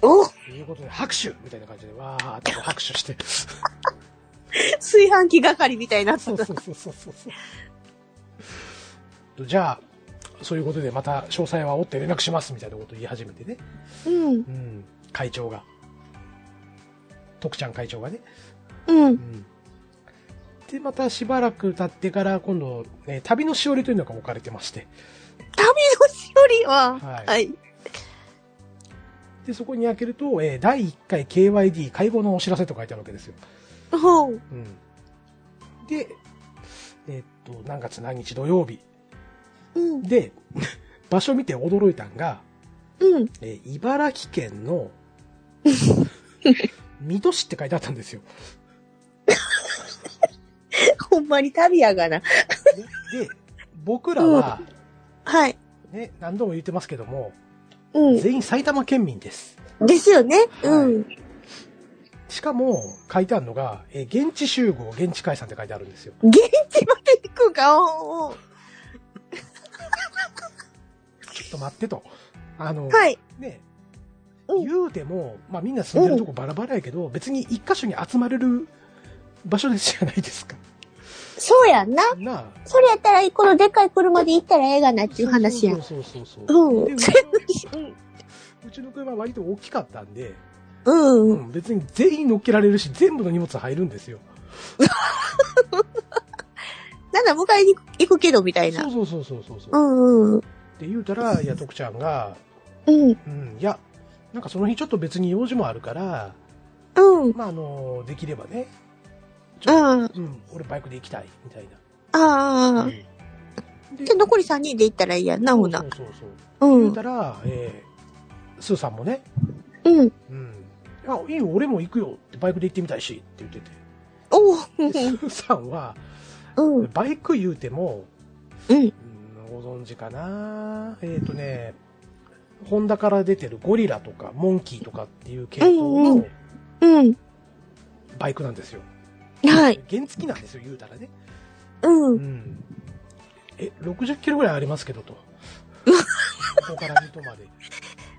S1: お
S2: いうことで、拍手みたいな感じで、わーって拍手して。
S1: 炊飯器係みたいになった
S2: そうそうそうそうそう。じゃあ、そういうことでまた詳細は追って連絡しますみたいなことを言い始めてね。
S1: うん、
S2: うん、会長が。徳ちゃん会長がね。
S1: う、
S2: うんん。で、またしばらく経ってから、今度、ね、旅のしおりというのが置かれてまして。
S1: 旅のしおりは、はい。
S2: で、そこに開けると、えー第1回 KYD 会合のお知らせと書いてあるわけですよ。
S1: ほう、
S2: うん。で、えっと、何月何日土曜日。
S1: うん、
S2: で、 場所見て驚いたんが、
S1: うん。
S2: えー茨城 県の、水戸市って書いてあったんですよ。
S1: ほんまに旅やがな。
S2: で、僕らは、
S1: はい。
S2: ね、何度も言ってますけども、
S1: うん。
S2: 全員埼玉県民です。
S1: ですよね。うん。
S2: しかも、書いてあるのが、えー現地集合、現地解散って書いてあるんですよ。
S1: 現地まで行くか、おー
S2: ちょっと待ってと。あの、
S1: はい。
S2: ね、
S1: うん
S2: 言うても、まあみんな住んでるとこバラバラやけど、別に一箇所に集まれる場所ですじゃないですか。
S1: そうやんな。
S2: なあ。
S1: それやったら、このでっかい車で行ったらええがなっていう話やん。
S2: そうそうそうそう。
S1: う
S2: で
S1: ん
S2: う。ちのうちの車は割と大きかったんで、
S1: う。
S2: うんん、別に全員乗っけられるし、全部の荷物入るんですよ。
S1: なんだ、迎えに行くけど、みたい
S2: そ
S1: な
S2: う。そうそうそうそう。
S1: うん
S2: っ
S1: うん。
S2: て言う たら、いや、徳ちゃんが、
S1: うん。
S2: うん、いや、なんかその日ちょっと別に用事もあるから、
S1: うん。
S2: まああの、できればね、
S1: あ
S2: うん、俺バイクで行きたい、みたい
S1: あ。あ
S2: な。
S1: あ
S2: うん。で
S1: じゃ、残り3人で行ったらいいやんな、ほな
S2: そう。そうそうそう。
S1: う。
S2: 言うんたら、えースーさんもね、
S1: うん。
S2: うん、あいいよ、俺も行くよって、バイクで行ってみたいしって言って
S1: お
S2: て、
S1: ー
S2: でスーさんは、
S1: うん。
S2: バイク言うても、
S1: うん。
S2: うんご存知かな、えっ、とね、ホンダから出てるゴリラとか、モンキーとかっていう系
S1: う
S2: 統
S1: んう
S2: の
S1: うん。
S2: バイクなんですよ。
S1: はい。
S2: 原付きなんですよ、言うたらね。
S1: う。
S2: うんん、え、60キロぐらいありますけ どと。ここから水戸まで。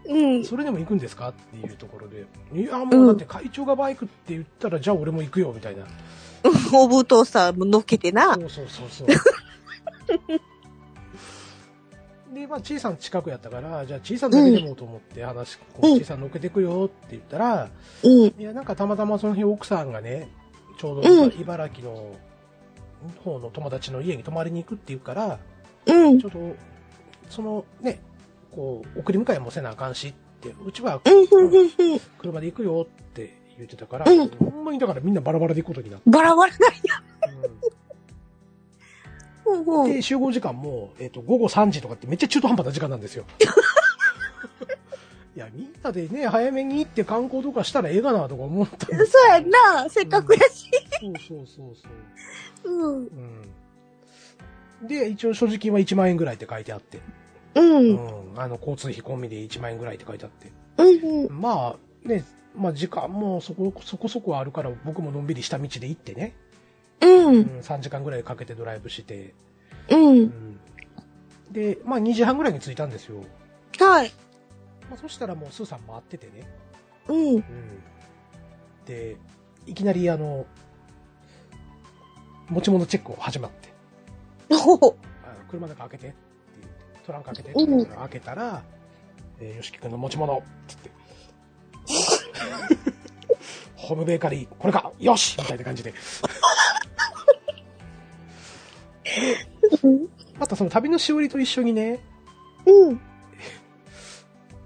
S1: うん。
S2: それでも行くんですかっていうところで、いや、もうだって会長がバイクって言ったら、じゃあ俺も行くよみたいな、
S1: おぶとさ、乗っけてな。
S2: そうそうそう そう。で、まあ、ちいさん近くやったから、じゃあ、ちいさんだけでもと思って話、こ
S1: う
S2: うんちいさん乗っけてくよって言ったら、
S1: うん。
S2: いや、なんかたまたまその日奥さんがね、ちょう
S1: うん
S2: ど茨城の方の友達の家に泊まりに行くっていうから、
S1: うん。
S2: ちょっと、そのね、こう、送り迎えもせなあかんしって、うちは
S1: うん。
S2: 車で行くよって言ってたから、
S1: うん
S2: ほんまにだからみんなバラバラで行くことになって、
S1: バラバラなんや。うんうん。
S2: で集合時間も、えっと午後3時とかってめっちゃ中途半端な時間なんですよいや、みんなでね、早めに行って観光とかしたらええがなとか思ったんです
S1: そうやんな。せっかくやし。
S2: そうそうそうそう。
S1: うん。
S2: うん。で、一応所持金は1万円ぐらいって書いてあって。
S1: う。
S2: うんん。あの、交通費込みで1万円ぐらいって書いてあって。
S1: うん。
S2: まあ、ね、まあ時間もそこそこそこあるから僕ものんびりした道で行ってね。
S1: う。
S2: うんん。3時間ぐらいかけてドライブして。
S1: う。
S2: うんん。で、まあ2時半ぐらいに着いたんですよ。
S1: はい。
S2: まあそしたらもうスーさん回っててね。
S1: うん。
S2: うん。で、いきなりあの、持ち物チェックを始まって。
S1: ほほ。
S2: あの車の中開けてって言って、トランク開けてって
S1: うん
S2: 言ったら開けたら、えー、よしきくんの持ち物って 言って、ホームベーカリー、これかよしみたいな感 じで。
S1: うん。
S2: またその旅のしおりと一緒にね、
S1: うん。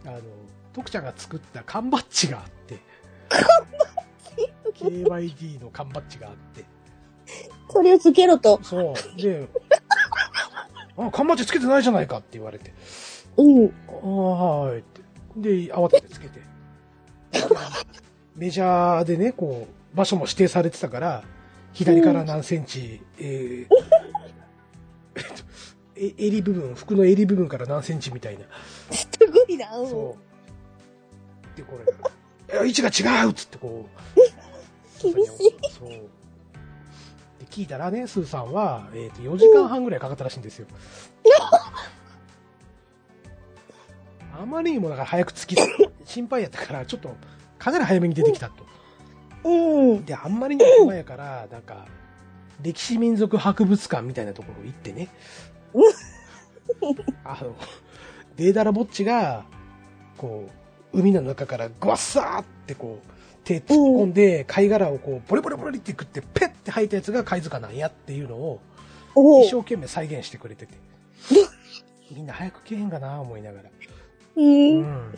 S2: あの、徳ちゃんが作った缶バッジがあって、KYD の缶バッジがあって、
S1: それをつけろと。
S2: そう、で、 あ、缶バッジつけてないじゃないかって言われて、
S1: うん。
S2: あーはーいって。で、慌ててつけて。メジャーでね、こう、場所も指定されてたから、左から何センチ、えーえっとえ襟部分、服の襟部分から何センチみたいな。
S1: すごいな。うん。
S2: そう。で、こ れ、いや位置が違うっつってこう。
S1: 厳しい。
S2: そう。で、聞いたらね、スーさんは、えっ、と、4時間半ぐらいかかったらしいんですよ。あまりにもだから早く着き、心配やったから、ちょっと、かなり早めに出てきたと。
S1: うん。
S2: で、あんまりにも前やから、なんか、歴史民族博物館みたいなところ行ってね
S1: う。
S2: あの、デーダラボッチが、こう、海の中からグワッサーってこう、手突っ込んで、貝殻をこう、ボリボリボリって食って、ペッて吐いたやつが貝塚なんやっていうのを、
S1: お
S2: 一生
S1: う。
S2: 懸命再現してくれてて。みんな早く来へんかな、思いながら。
S1: う。
S2: うんん。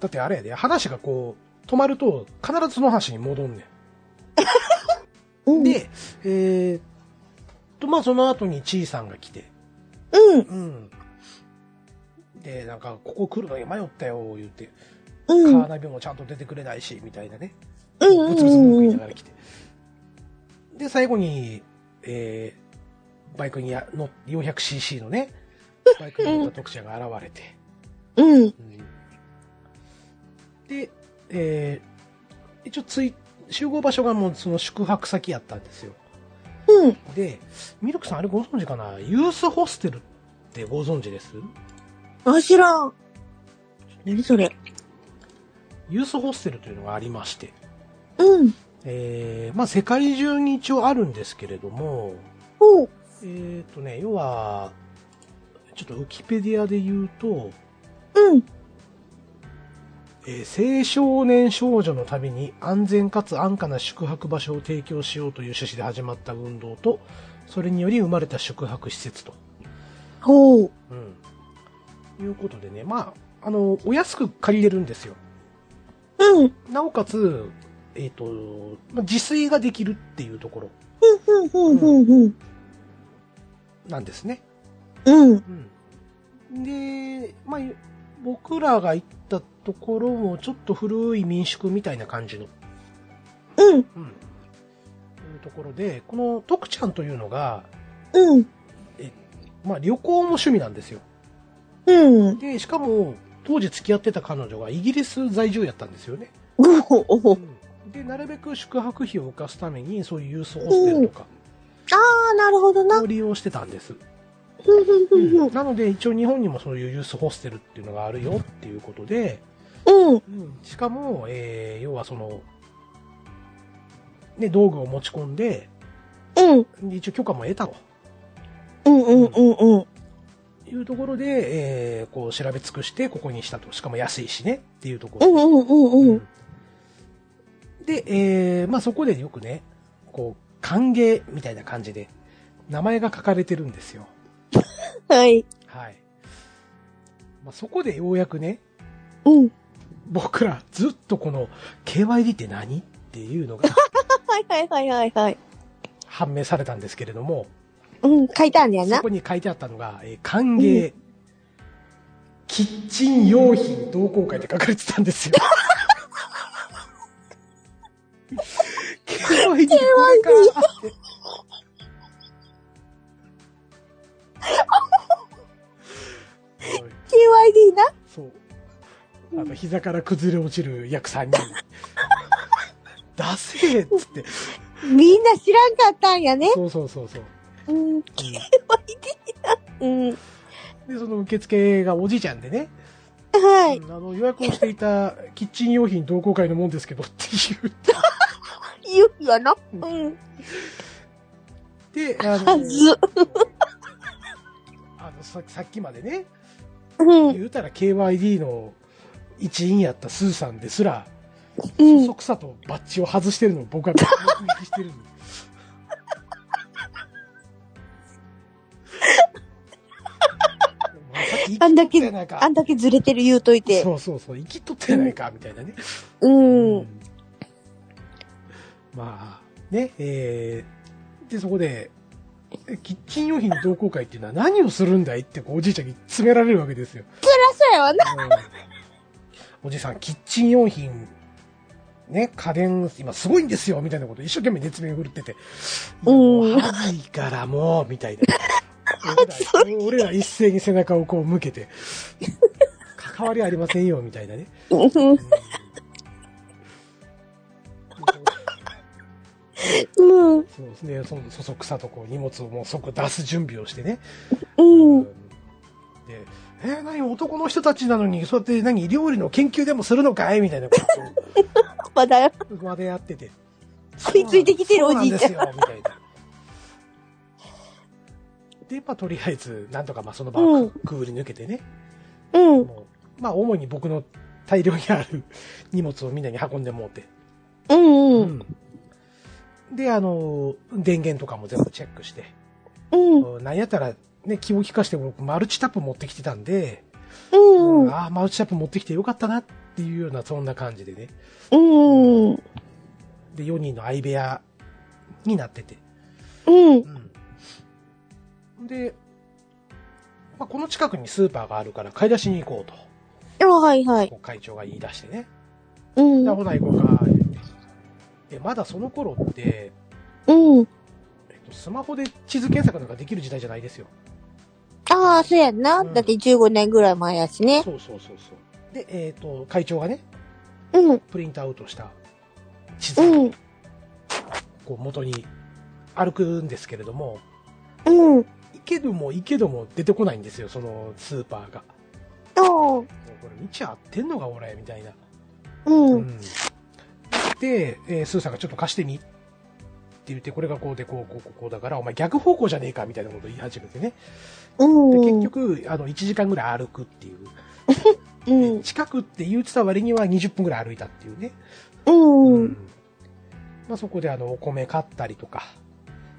S2: だってあれやで、話がこう、止まると、必ずその話に戻んね
S1: うん
S2: ん。、で、えー、っと、まあ、その後にちいさんが来て、
S1: うん。
S2: うん。で、なんか、ここ来るのに迷ったよ、言って、カ
S1: うん。
S2: ーナビもちゃんと出てくれないし、みたいなね。
S1: うん
S2: ブツブツ文句言いながら来て。で、最後に、えー、バイクにやの 400cc のね、バイクに乗った特者が現れて、
S1: うん。
S2: で、えー一応つい、集合場所がもうその宿泊先やったんですよ。
S1: うん。
S2: で、ミルクさんあれご存知かなユースホステルってご存知です
S1: あ、知らん。何それ。
S2: ユースホステルというのがありまして、
S1: うん。
S2: えーまあ世界中に一応あるんですけれども、
S1: おう。
S2: えっ、とね、要は、ちょっとウィキペディアで言うと、
S1: うん。
S2: えー青少年少女のために安全かつ安価な宿泊場所を提供しようという趣旨で始まった運動と、それにより生まれた宿泊施設と。
S1: ほう。
S2: うん。いうことでね、まあ、あの、お安く借りれるんですよ。
S1: うん。
S2: なおかつ、えっ、と、まあ自炊ができるっていうところ
S1: うん。うん。うん。
S2: なんですね。
S1: うん。
S2: うん。で、まあ、僕らが行ったところもちょっと古い民宿みたいな感じの
S1: うん。
S2: うん、いうところで、この徳ちゃんというのが、
S1: うん。
S2: まあ、旅行も趣味なんですよ。
S1: うん。
S2: で、しかも、当時付き合ってた彼女がイギリス在住やったんですよね。
S1: ごほおほ。
S2: で、なるべく宿泊費を浮かすために、そういうユースホステルとか
S1: ああ、なるほどな
S2: を。利用してたんです。
S1: うん。うん。うん。
S2: なので、一応日本にもそういうユースホステルっていうのがあるよっていうことで、
S1: うん。
S2: しかも、えー要はその、ね、道具を持ち込んで、
S1: うん。
S2: で一応許可も得たと。
S1: うん。うん。うん。うん。
S2: いうところで、えーこう調べ尽くしてここにしたと。しかも安いしねっていうとこ
S1: う
S2: ろ。
S1: ん。うん。うん。
S2: で、えーまあそこでよくね、こう、歓迎みたいな感じで、名前が書かれてるんですよ。
S1: はい。
S2: はい。まあそこでようやくね、
S1: うん。
S2: 僕らずっとこの KYD って何っていうのが
S1: はいはいはいはいはい。
S2: 判明されたんですけれども、
S1: うん。書いたんだよ
S2: そ
S1: な
S2: こ。に書いてあったのが、えー歓迎、キッチン用品同好会って書かれてたんです よ。KYD これかって。おい
S1: KYD な
S2: そう。あの、膝から崩れ落ちる約3人。出せっつって。
S1: みんな知らんかったんやね。
S2: そうそうそうそう。
S1: うん。KYD な。うん。
S2: で、その受付がおじいちゃんでね、
S1: はい。
S2: うんあの予約をしていた キッチン用品同好会のもんですけどって言っ
S1: 言うやな。うん。
S2: て、あの
S1: はず。
S2: あのささっきまでね、
S1: うん。
S2: 言うたら KYD の一員やったスーさんですら、
S1: うん。
S2: そくさとバッジを外してるのを僕が目撃してるの。 お前さっき
S1: あんだ
S2: 生き
S1: け、
S2: とったやないか
S1: あんだけずれてる言うといて。
S2: そうそうそう、生きとったやないか、みたいなね。
S1: うん。
S2: まあ、ね、えー、で、そこで、えキッチン用品の同好会っていうのは何をするんだいってこうおじいちゃんに詰められるわけですよ。
S1: そうやわな。
S2: うんおじさん、キッチン用品、ね、家電、今すごいんですよ、みたいなこと一生懸命熱弁振るってて。
S1: うん
S2: もう、はいからもう、みたいな。俺ら俺ら一斉に背中をこう向けて、関わりありませんよ、みたいなね。
S1: うん。
S2: そうですね、そのそそくさとこう荷物をもう即出す準備をしてね。
S1: うん。
S2: で、えー何男の人たちなのに、そうやって何料理の研究でもするのかいみたいなこと
S1: まだ、
S2: をまでやってて。
S1: 食いついてきてるおじいちゃん
S2: そうなんですよ、みたいな。で、まあ、とりあえず、なんとかまあその場
S1: う
S2: を
S1: ん
S2: くくぐり抜けてね。
S1: うん。
S2: もうまあ、主に僕の大量にある荷物をみんなに運んでもうて。
S1: うんうん。
S2: で、あの、電源とかも全部チェックして。
S1: うん。
S2: なんやったら、ね、気を利かして僕マルチタップ持ってきてたんで、
S1: うん。
S2: ああ、マルチタップ持ってきてよかったなっていうような、そんな感じでね。
S1: うん。
S2: で、4人の相部屋になってて。
S1: うん。
S2: うん。で、まあ、この近くにスーパーがあるから買い出しに行こうと、
S1: あ、はいはい。
S2: こう会長が言い出してね。
S1: うん
S2: じゃ。あ、ほな行こうか、言って。で、まだその頃って、
S1: うん。
S2: えっと、スマホで地図検索なんかできる時代じゃないですよ。
S1: ああ、そうやんな。だって15年ぐらい前やしね。
S2: そうそうそうそう。で、えっ、と、会長がね、
S1: うん。
S2: プリントアウトした地図
S1: う
S2: を
S1: ん。
S2: こう元に歩くんですけれども、
S1: うん。
S2: 行けども行けども出てこないんですよ、そのスーパーが。
S1: あ
S2: もうこれ道合ってんのか、俺、みたいな。
S1: あ。う。
S2: うんんで、えースーさんがちょっと貸してみって言って、これがこうで、こう、こう、こうこうだから、お前逆方向じゃねえか、みたいなこと言い始めてね。で、
S1: うん。
S2: 結局、あの、1時間ぐらい歩くっていう。
S1: う
S2: で
S1: ん。
S2: 近くって言ってた割には20分ぐらい歩いたっていうね。
S1: うん。
S2: まあ、そこであの、お米買ったりとか、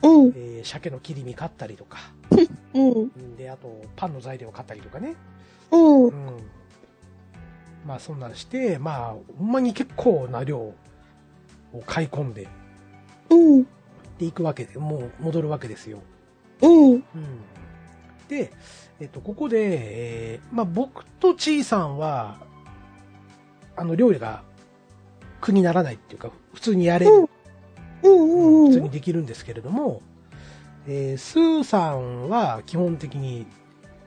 S1: うん。
S2: えー鮭の切り身買ったりとか、
S1: うん。
S2: うんで、あと、パンの材料買ったりとかね。
S1: うん。
S2: うん。まあ、そんなんして、まあ、ほんまに結構な量を買い込んで、
S1: うん。
S2: で、行くわけで、もう戻るわけですよ。
S1: うん。
S2: うん。で、えっと、ここで、えーまあ、僕とちいさんは、あの、料理が苦にならないっていうか、普通にやれる、
S1: うんうん。
S2: 普
S1: う
S2: 通
S1: ん
S2: に。できるんですけれども、えースーさんは基本的に、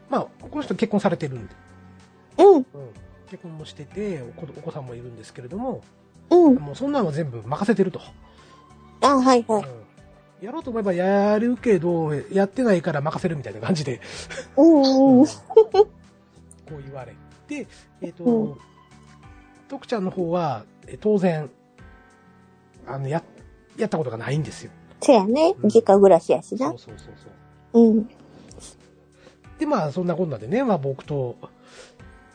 S2: まあ、この人結婚されてるんで、
S1: うん。
S2: 結婚もしててお子、お子さんもいるんですけれども、
S1: うん。
S2: もうそんなのは全部任せてると。
S1: あ、はいはい。
S2: うんやろうと思えばやるけど、やってないから任せるみたいな感じで、
S1: うん。う
S2: こ
S1: ん。
S2: う言われて、えっ、
S1: う
S2: と、徳ちゃんの方は、え当然、あの、や、やったことがないんですよ。
S1: そやね。実家暮らしやし
S2: そ
S1: な
S2: う。そうそうそう。
S1: うん。
S2: で、まあ、そんなこんなでね、まあ僕と、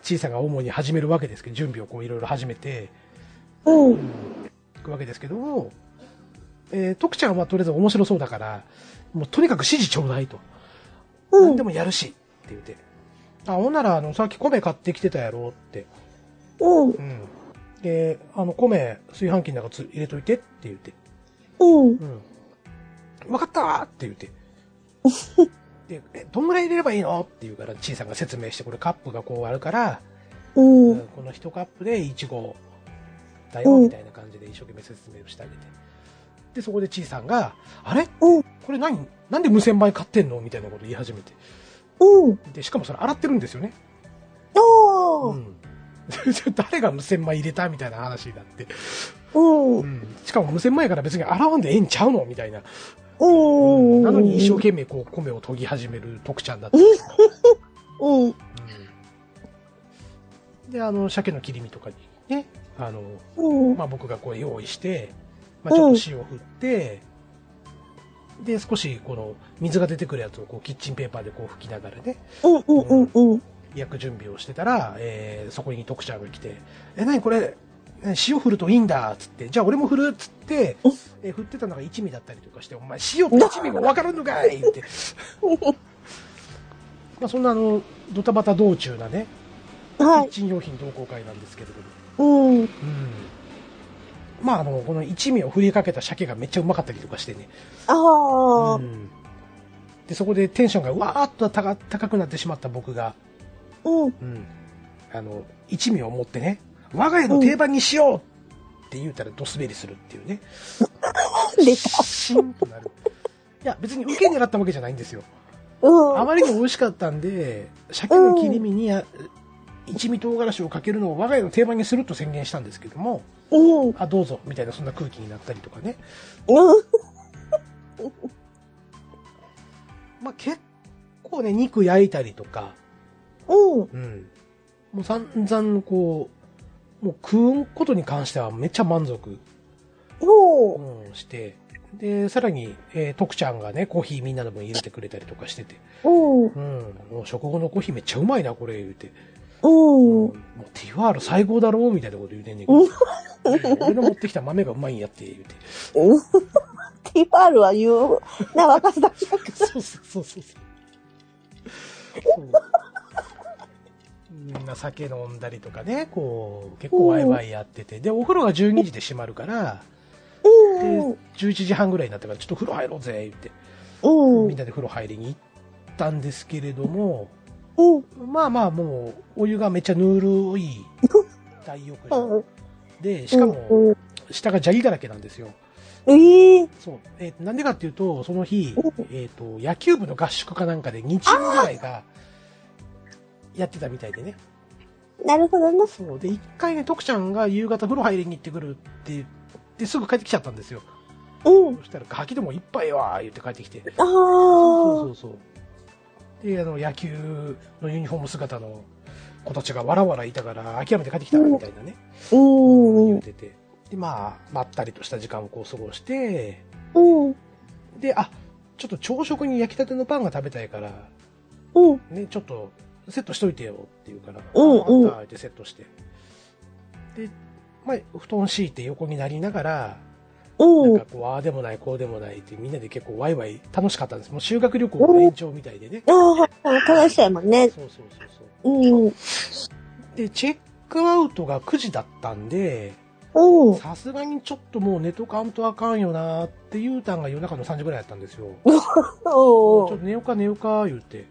S2: 小さんが主に始めるわけですけど、準備をこういろいろ始めて、
S1: う
S2: う
S1: ん。
S2: んいくわけですけども、えー、徳ちゃんはとりあえず面白そうだから、もうとにかく指示ちょうだいと。
S1: うん
S2: 何でもやるし、って言って。あ、ほんなら、あの、さっき米買ってきてたやろって。
S1: うん。
S2: うん。で、あの、米、炊飯器の中つ入れといてって言って。
S1: うん。
S2: うん。わかったーって言って。で、え、どんぐらい入れればいいのって言うから、ちいさんが説明して、これカップがこうあるから、
S1: おー。
S2: この1カップでイチゴだよ、
S1: うん
S2: みたいな感じで一生懸命説明をしてあげて。で、そこでちいさんが、あれ
S1: うん
S2: これ何なんで無洗米買ってんのみたいなこと言い始めて。
S1: うん。
S2: で、しかもそれ洗ってるんですよね。
S1: お
S2: う
S1: ー。
S2: ん。誰が無洗米入れたみたいな話になって。
S1: うん。
S2: うん。しかも無洗米から別に洗わんでええんちゃうのみたいな。
S1: おー。
S2: なのに一生懸命こう米を研ぎ始める徳ちゃんだった。
S1: うん。
S2: うんで、あの、鮭の切り身とかにね、あの、
S1: うん。
S2: まあ、僕がこう用意して、まあ、ちょっと塩を振って、で、少しこの水が出てくるやつをこうキッチンペーパーでこう拭きながらね、
S1: うん。うん。うん。うん。
S2: 焼く準備をしてたら、えーそこに徳ちゃんが来て、え、なにこれ、え塩振るといいんだっつって、じゃあ俺も振るっつって
S1: うん、
S2: え振ってたのが一味だったりとかして、お前塩と一味もわかるのかい って。まあそんなあの、ドタバタ道中なね、キ
S1: は
S2: ッ
S1: い。
S2: チン用品同好会なんですけれども。
S1: うん。
S2: うんまあ、あの、この一味を振りかけた鮭がめっちゃうまかったりとかしてね。
S1: あー。
S2: うんで、そこでテンションがわーっと高高くなってしまった僕が、
S1: うん。
S2: うんあの、一味を持ってね、我が家の定番にしようって言うたらドスベリするっていうね。
S1: 出た。
S2: シーンとなる。いや、別に受け狙ったわけじゃないんですよ。
S1: うん。
S2: あまりに美味しかったんで、鮭の切り身にあ一味唐辛子をかけるのを我が家の定番にすると宣言したんですけども、
S1: うん。うん。
S2: あ、どうぞ、みたいなそんな空気になったりとかね。まあ、結構ね、肉焼いたりとか、
S1: うん。
S2: うん。もう散々こう、もう食うことに関してはめっちゃ満足、
S1: おー。
S2: うん、して、で、さらに、えー、徳ちゃんがね、コーヒーみんなの分入れてくれたりとかしてて、
S1: うん。
S2: うん、もう食後のコーヒーめっちゃうまいな、これ、言うて。
S1: うん。
S2: もうティファール最高だろうみたいなこと言うてんねんけど。俺の持ってきた豆がうまいんやって、言うて。
S1: うん TR は言う。な、若狭さん。
S2: そうそうそうそうそう。みんな酒飲んだりとかね、こう、結構ワイワイやってて、で、お風呂が12時で閉まるから、で
S1: うん。
S2: 11時半ぐらいになったから、ちょっと風呂入ろうぜ、言って、
S1: うん。う
S2: みんなで風呂入りに行ったんですけれども、
S1: ん。
S2: まあまあもう、お湯がめっちゃぬるい大浴場で、しかも、
S1: うん
S2: 下が砂利だらけなんですよ。
S1: ええ
S2: そう。えーなんでかっていうと、その日
S1: うん、
S2: えっ、と、野球部の合宿かなんかで2チームぐらいが、やってたみたいでね。
S1: なるほどな。
S2: そう。で、一回ね、徳ちゃんが夕方風呂入りに行ってくるって言って、すぐ帰ってきちゃったんですよ。
S1: うん。
S2: そしたら、ガキどもいっぱいわー言って帰ってきて。
S1: あ
S2: そ
S1: あ。
S2: うそうそう。で、あの、野球のユニフォーム姿の子たちがわらわらいたから、諦めて帰ってきた、みたいなね。
S1: う
S2: 言
S1: ん
S2: っ。てて。で、まあ、まったりとした時間をこう過ごして、
S1: うん。
S2: で、あ、ちょっと朝食に焼きたてのパンが食べたいから、
S1: うん。
S2: ね、ちょっとセットしといてよって言うから、
S1: うんうん
S2: あわかったってセットして。で、まあ、布団敷いて横になりながら、なん
S1: う
S2: か
S1: ん。
S2: こう、ああでもない、こうでもないってみんなで結構ワイワイ楽しかったんです。もう修学旅行の延長みたいでね。
S1: ああ、楽しそうやもん
S2: そ
S1: ね
S2: う。そうそうそう。
S1: うん。
S2: で、チェックアウトが9時だったんで、
S1: うん。
S2: さすがにちょっともう寝とかんとあかんよなーっていうたんが夜中の3時ぐらいだったんですよ。ちょっ
S1: お
S2: と
S1: う
S2: 寝ようか寝ようか言って。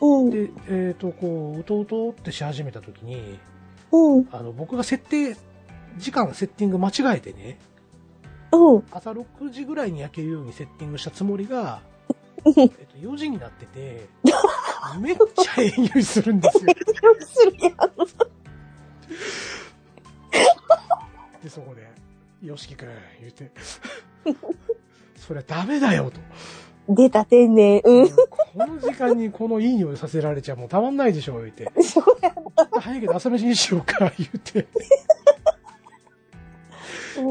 S1: うん。
S2: で、えっ、と、こう、うとうとうってし始めたときに、
S1: うん。
S2: あの、僕が設定、時間、セッティング間違えてね、
S1: うん。
S2: 朝6時ぐらいに焼けるようにセッティングしたつもりが、えっと、4時になってて、めっちゃええ匂いするんですよ。
S1: するやん。
S2: で、そこで、よしきくん、言って、 そりゃダメだよと。
S1: 出た天然。うん。
S2: この時間にこのいい匂いさせられちゃもうたまんないでしょ、言って。
S1: そうや。
S2: 早いけど朝飯にしようか、言って。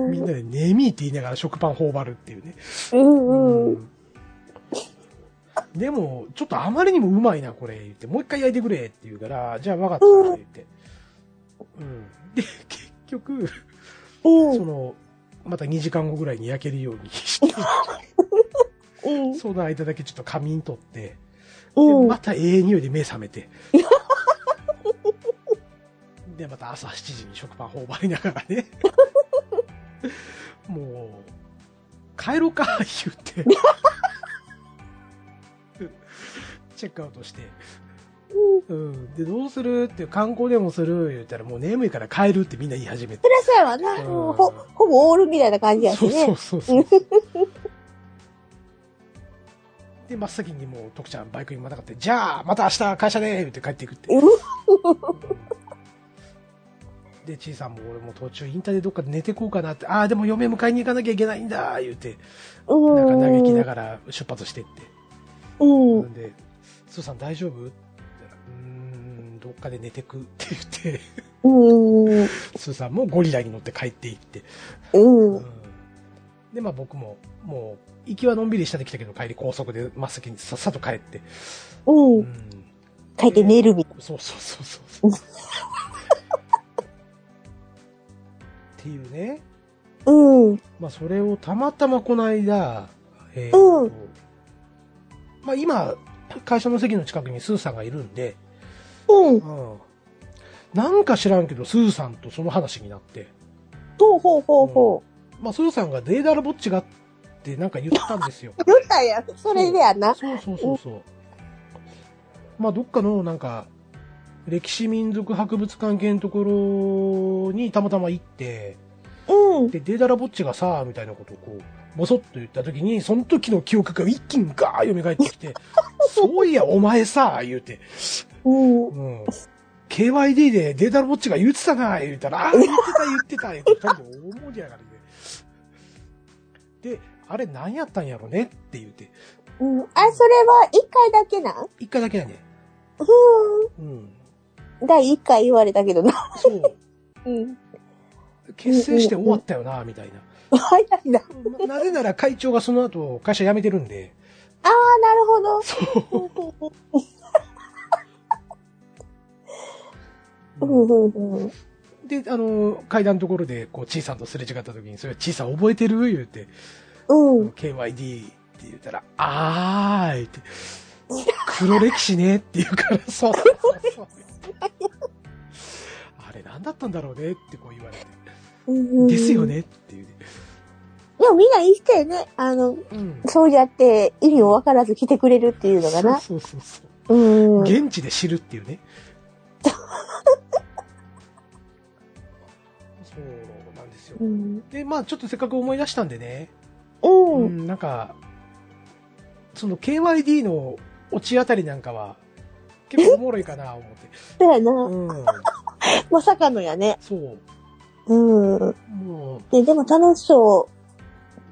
S2: みんなで眠いって言いながら食パン頬張るっていうね。
S1: うんうん。
S2: でも、ちょっとあまりにもうまいな、これ、言って、もう一回焼いてくれって言うから、じゃあ分かった、って言って。うん。で、結局、
S1: う
S2: そ
S1: ん。
S2: の、また2時間後ぐらいに焼けるようにして、
S1: うん。
S2: その間だけちょっと仮眠取って、
S1: う
S2: で、
S1: ん。
S2: またええ匂いで目覚めて。 で、また朝7時に食パン頬張りながらね。 もう、帰ろうか、言って。 チェックアウトして、うん、でどうするって観光でもする言ったらもう眠いから帰るってみんな言い始めて
S1: そりゃそうやわな。
S2: うん
S1: もうほ、ほぼオールみたいな感じやし
S2: そう
S1: ね。
S2: そうそうそう で真っ先にもう徳ちゃんバイクにまたがって「じゃあまた明日会社で!」って帰っていくって
S1: う
S2: でちいさんも俺も途中インターでどっかで寝てこうかなって「ああでも嫁迎えに行かなきゃいけないんだ」言うて
S1: う
S2: なん
S1: ん。
S2: か嘆きながら出発してって
S1: う。
S2: なんんで「スーさん大丈夫?」って言ったら「うーんどっかで寝てく」って言って
S1: うん。
S2: スーさんもゴリラに乗って帰っていって
S1: うん。
S2: うんでまあ僕ももう行きはのんびりしたできたけど帰り高速で真っ先にさっさと帰って
S1: う
S2: うん
S1: ん。書いて寝るみたい
S2: そうそうそうそうそうっていうね
S1: な。うん。
S2: まあ、それをたまたまこの間、えー
S1: うん
S2: まあ、今、会社の席の近くにスーさんがいるんで、
S1: うん。
S2: うん、なんか知らんけど、スーさんとその話になって、
S1: ほうほうほうほ
S2: まあ、スーさんがデーダルぼっちがってなんか言ったんですよ。
S1: う。言ったやん。それでやな。
S2: そうそうそうそう。まあ、どっかのなんか、歴史民族博物館系のところにたまたま行って、
S1: うん。
S2: で、デーダラボッチがさ、みたいなことをこう、ぼそっと言った時に、その時の記憶が一気にガー蘇ってきて、そういや、お前さ、言うて、
S1: うん。
S2: うん。KYD でデータラボッチが言ってたな、言うたら、あー言ってた、言ってた、言うて、多分思うやがるね。で、あれ何やったんやろねって言うて、
S1: うん。あ、それは一回だけなん
S2: 一回だけやね。
S1: ふ
S2: うん。
S1: ーん。第一回言われたけどな。
S2: そう。
S1: うん。
S2: 結成して終わったよな、みたいな。
S1: 早いな。
S2: ななぜなら会長がその後、会社辞めてるんで、
S1: ああ、なるほど。
S2: そう。
S1: うんうんうん。
S2: で、あの、階段のところで、こう、ちいさんとすれ違った時に、それ、ちいさん覚えてる言うて、
S1: うん。
S2: KYD って言ったら、あーいって、黒歴史ねって言うから、そうそうそうそう。あれ、何だったんだろうねってこう言われて、
S1: うん
S2: ですよ。ねっていうね。
S1: でもみんな一緒やね。あの、
S2: うん。
S1: そうやって意味を分からず来てくれるっていうのかな。
S2: そうそうそう
S1: うん。
S2: 現地で知るっていうね。 そうなんですよ
S1: う。ん。
S2: で、まあ、ちょっとせっかく思い出したんでね、
S1: う。
S2: うんん、なんか、その KYD のオチあたりなんかは、結構おもろいかな、思って。
S1: そうやな。
S2: うん。
S1: まさかのやね。
S2: そう。
S1: うん。
S2: もう、
S1: ね、でも楽しそ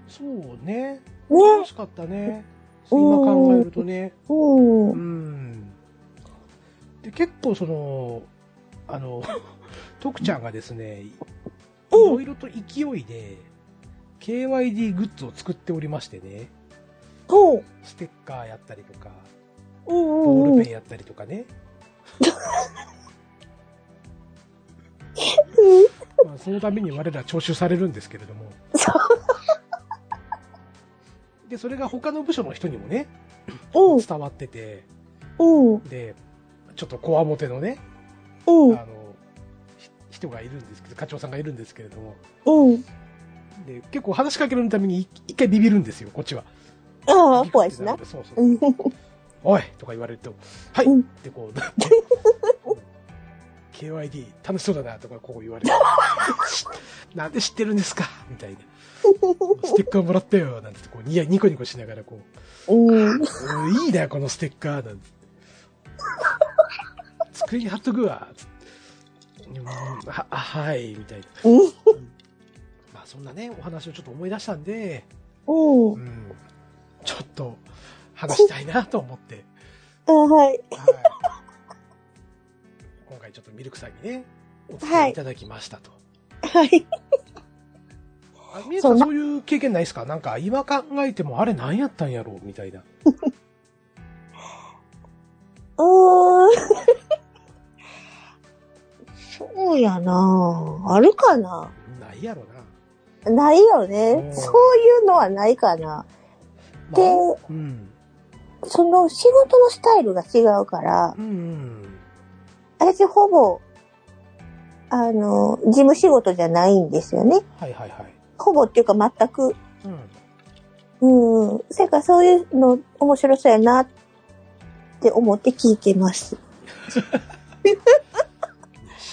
S2: そうね。
S1: う。ね
S2: 楽。しかったね。そう今考えるとね。
S1: う。
S2: うんん。で、結構その、あの、徳ちゃんがですね、い
S1: うん
S2: ろいろと勢いで、KYD グッズを作っておりましてね、
S1: そう。
S2: ステッカーやったりとか、
S1: うん
S2: ボ
S1: うん
S2: ー
S1: う
S2: ル
S1: ん
S2: ペン。やったりとかね。まあ、そのために我ら徴収されるんですけれども。
S1: そう。
S2: で、それが他の部署の人にもね、
S1: うん
S2: 伝わってて、
S1: うん
S2: で、ちょっとこわもてのね、
S1: う
S2: あ
S1: ん
S2: の、ひ人がいるんですけど、課長さんがいるんですけれども、
S1: うん。
S2: で、結構話しかけるためにい一回ビビるんですよ、こっちは。
S1: ああ、怖いし な。
S2: そうそうう。
S1: ん。
S2: おいとか言われると、はい
S1: うん
S2: ってこう、なって KYD 楽しそうだなとかこう言われる。 なんで知ってるんですかみたいな。ステッカーもらったよなんてこう、にや、ニコニコしながらこう、
S1: うん。
S2: うんいいな、このステッカーなんて。作りに貼っとくわ。つってうんは、あはい、みたいな。
S1: うん
S2: まあそんなね、お話をちょっと思い出したんで、
S1: うん。
S2: うん、ちょっと話したいなと思って、
S1: あはい。
S2: はい、今回ちょっとミルクさんにね、お伝えいただきましたと。
S1: はい。
S2: あみえさ
S1: そうんな
S2: そういう経験ないですかなんか今考えてもあれ何やったんやろうみたいな。
S1: うーん。そうやなあるかな
S2: ないやろな。
S1: ないよ
S2: う
S1: ね
S2: ん。
S1: そういうのはないかな。
S2: ま
S1: で、
S2: あ、うん。
S1: その仕事のスタイルが違うから、
S2: うんうん。
S1: 私ほぼ、あの、事務仕事じゃないんですよね。
S2: はいはいはい。
S1: ほぼっていうか全く。
S2: うん。
S1: うん。せやからそういうの面白そうやなっって思って聞いてます。
S2: 仕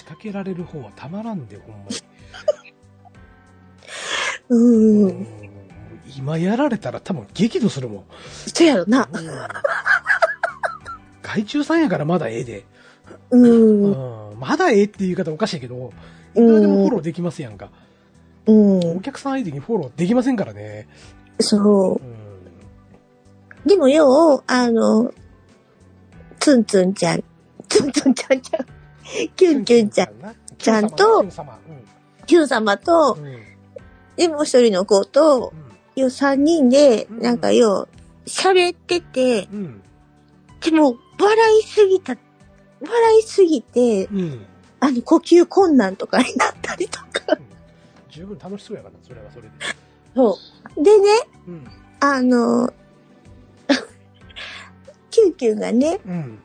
S2: 掛けられる方はたまらんで、ほんまに。
S1: う。
S2: うんん今やられたら多分激怒するもん。
S1: そやろな。
S2: うん害虫さんやからまだええで。
S1: うん。
S2: うんまだええっていう言い方おかしいけど、いくらでもフォ
S1: う
S2: ローできますやんか。
S1: ん。う
S2: お
S1: ん。
S2: 客さん相手にフォローできませんからね。
S1: そ
S2: うん
S1: う。でもよう、あの、ツンツンちゃん、ツンツンちゃんちゃん、キュンキュンちゃん、
S2: んな。
S1: ちゃんと
S2: キュン様
S1: キュン様と
S2: う、んうん
S1: でもう一人の子と、よう三人で、
S2: うん
S1: なんかよう、喋ってて、
S2: うん
S1: でも、笑いすぎた、笑いすぎて、
S2: うんうん
S1: あの、呼吸困難とかになったりとか。
S2: 十分楽しそうやから、それはそれで。
S1: そう。でね、
S2: うん
S1: あの、 キューキューがね、
S2: うん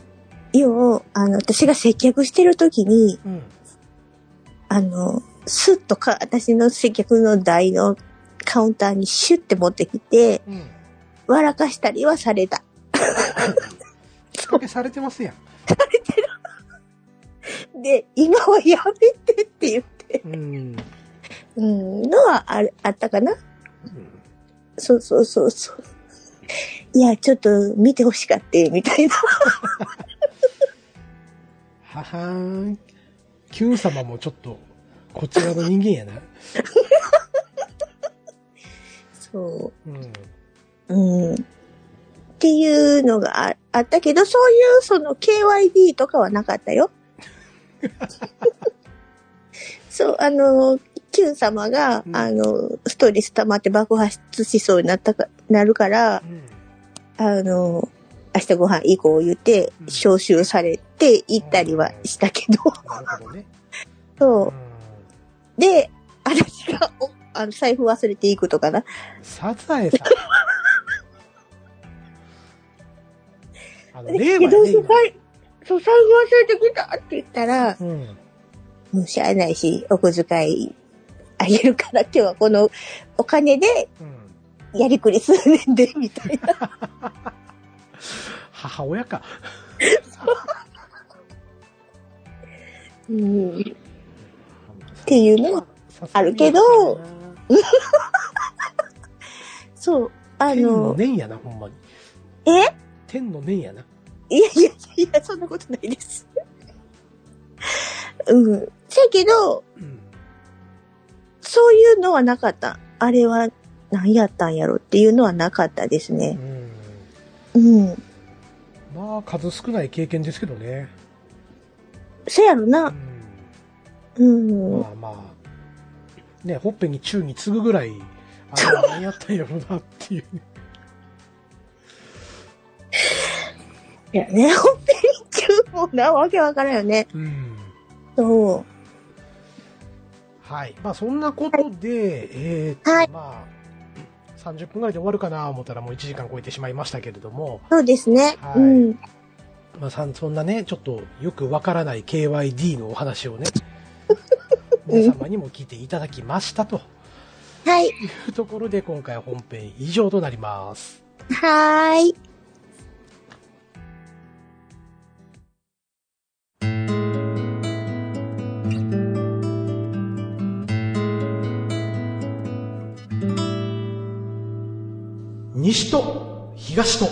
S1: よう、あの、私が接客してる時に、
S2: うん
S1: あの、スッとか、私の接客の台のカウンターにシュッて持ってきて、
S2: うん。
S1: 笑かしたりはされた。
S2: 仕掛けされてますやん。
S1: で、今はやめてっていう、
S2: うんうん
S1: うん、のはあるあったかなそうそうそうそう。いや、ちょっと見てほしかって、みたいな。
S2: ははーん。キュン様もちょっと、こちらの人間やな。
S1: そう。
S2: うん。
S1: うんっていうのがああったけど、そういうその KYD とかはなかった よ。そう、あの、Q 様が、
S2: うん
S1: あの、ストレス溜まって爆発しそうになったか、なるから
S2: う、ん
S1: あの、明日ご飯行こう言って
S2: う、ん
S1: 招集されて行ったりはしたけど、
S2: なるほどね。
S1: そうう。で、私が、おあの、財布忘れていくとかな。
S2: んサザエさん。あの、令
S1: け
S2: 和
S1: ど、
S2: やね
S1: そう財そう財布忘れてきたって言ったら、
S2: 今うん。
S1: もうしゃあないし、お小遣いあげるから、今日はこのお金で
S2: うん。
S1: やりくりするねんで、みたいな。
S2: 母親か。
S1: うん。ていうのはあるけどそう。あ
S2: 天の
S1: の、
S2: 念やな、ほんまに。
S1: え
S2: 天の念やな。
S1: いやいやいや、そんなことないです。 うん。せやけど、
S2: うん。
S1: そういうのはなかった。あれは何やったんやろっていうのはなかったです
S2: う
S1: ね。
S2: ん。
S1: うん。
S2: まあ、数少ない経験ですけどね。
S1: せやろ
S2: う
S1: な。
S2: ん。
S1: うん。
S2: まあまあ、ね、ほっぺに宙に次ぐぐらい、あれは何やったんやろうなっていうね。
S1: いやね、ほっぺに注文なわけわからんよね。
S2: うん。
S1: そう。
S2: はい。まあそんなことで、えーっと、
S1: はい
S2: まあ、30分ぐらいで終わるかな思ったらもう1時間超えてしまいましたけれども、
S1: そうですね。
S2: はい
S1: うん。
S2: まあさんそんなね、ちょっとよくわからない KYD のお話 をね、皆様にも聞いていただきましたと
S1: はい。
S2: いうところで今回本編以上となります。
S1: はーい。
S2: 西と東と。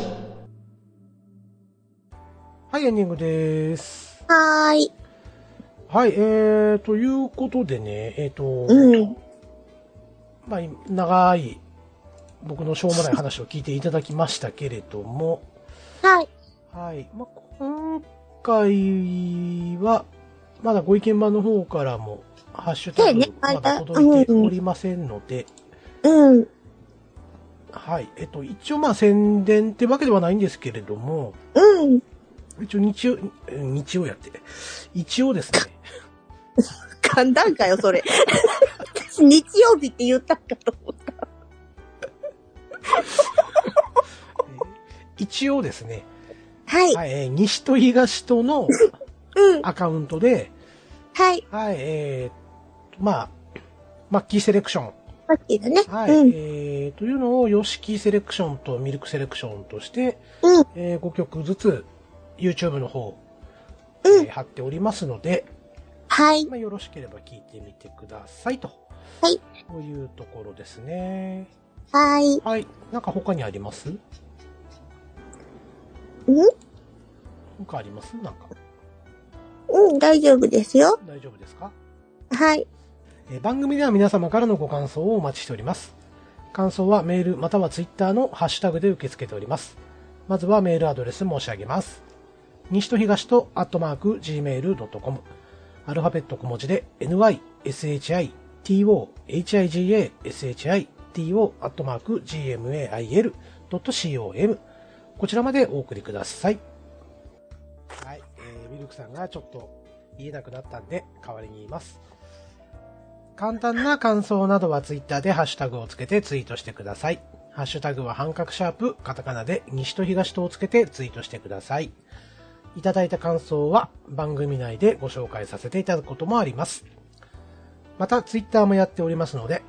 S2: はい、エンディングです。
S1: はーい。
S2: はい、えー、ということでね、えっ、と、
S1: うん。
S2: まあ、長い、僕のしょうもない話を聞いていただきましたけれども、
S1: はい。
S2: はい、まあ、今回は、まだご意見版の方からも、ハッシュタ
S1: そう
S2: グ
S1: ね、まだ
S2: まだ届いておりませんので、
S1: うん。
S2: はい、えっ、と、一応まあ宣伝ってわけではないんですけれども、
S1: うん。
S2: 一応日曜、え日曜やって。一応ですね。
S1: 噛んだんかよ、それ。私、 日曜日って言ったんかと思った。
S2: 一応ですね。
S1: はい。
S2: はい、えー西と東との
S1: うん。
S2: アカウントで、
S1: はい。
S2: はい、えー、まあ、マッキーセレクション。
S1: さっきのね。
S2: はい、
S1: うん。
S2: えー、というのを、ヨシキセレクションとミルクセレクションとして、
S1: うん。
S2: え5曲ずつ YouTube の方、
S1: うん
S2: えー貼っておりますので、
S1: はい。
S2: まあ、よろしければ聞いてみてくださいと。
S1: はい。
S2: というところですね。
S1: はい。
S2: はい。なんか他にあります
S1: うん
S2: なんかありますなんか。
S1: うん、大丈夫ですよ。
S2: 大丈夫ですか
S1: はい。
S2: えー番組では皆様からのご感想をお待ちしております。感想はメールまたはツイッターのハッシュタグで受け付けております。まずはメールアドレス申し上げます。西と東とアットマーク gmail.com アルファベット小文字で nyshito,higa,shito アットマーク gmail.com こちらまでお送りください。はい、えーミルクさんがちょっと言えなくなったんで代わりに言います。簡単な感想などはツイッターでハッシュタグをつけてツイートしてください。ハッシュタグは半角シャープ、カタカナで西と東とをつけてツイートしてください。いただいた感想は番組内でご紹介させていただくこともあります。またツイッターもやっておりますので、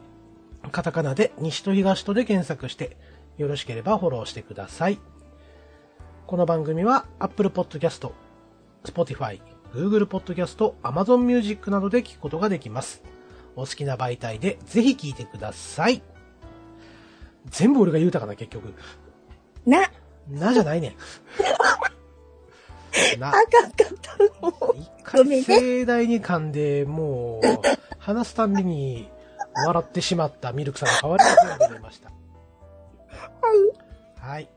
S2: カタカナで西と東とで検索して、よろしければフォローしてください。この番組は Apple Podcast、Spotify、Google Podcast、Amazon Music などで聞くことができます。お好きな媒体でぜひ聞いてください。全部俺が言うたかな、結局。
S1: な、
S2: なじゃないねん。 な
S1: あ、かんかったの。
S2: 一
S1: ごめん
S2: 回
S1: ね
S2: 盛大に噛んで、もう、話すたんびに笑ってしまったミルクさんの代わりに全部言い ました。はい。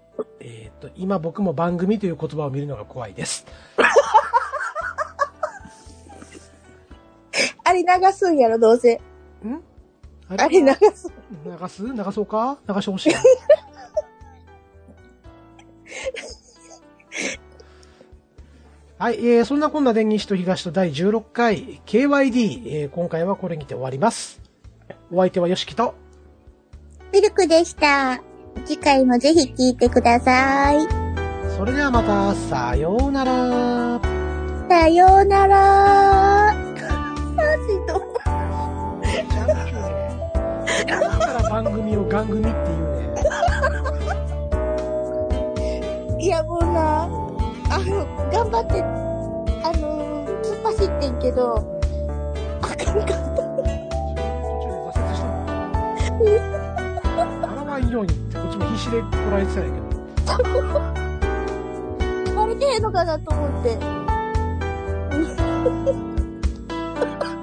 S2: えっ、と、今僕も番組という言葉を見るのが怖いです。
S1: あれ流すんやろ、どうせ。
S2: ん
S1: あれ流す。
S2: 流す流そうか流してほしい。はい、えー、そんなこんなで西と東と第16回 KYD、えー、今回はこれにて終わります。お相手はよしきと、
S1: ミルクでした。次回もぜひ聞いてください。
S2: それではまた、さようなら。
S1: さような ら。あ、しんどい
S2: ちゃんと言うねだから番組を番組っていうね。
S1: いや、もうな、あの、頑張って、あの、突っ走ってんけど、 あかんかった。
S2: 途中で挫折したもん。笑わんようにって、こっちも必死でこらえてたんやけど。
S1: バレてへんのかなと思って。
S2: また引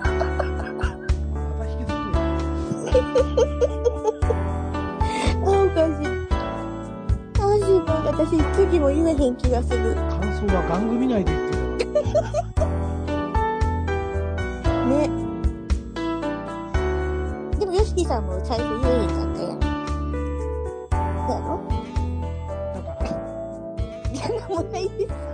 S2: きずってる。
S1: あ、おかしい。あ、しんどい。私、次も言えへん気がする。ね。
S2: 感想は番組内で言ってた
S1: でも、ヨシキさんも最初言えへんかったやん。そうやろ
S2: だから
S1: いや、なんもないです。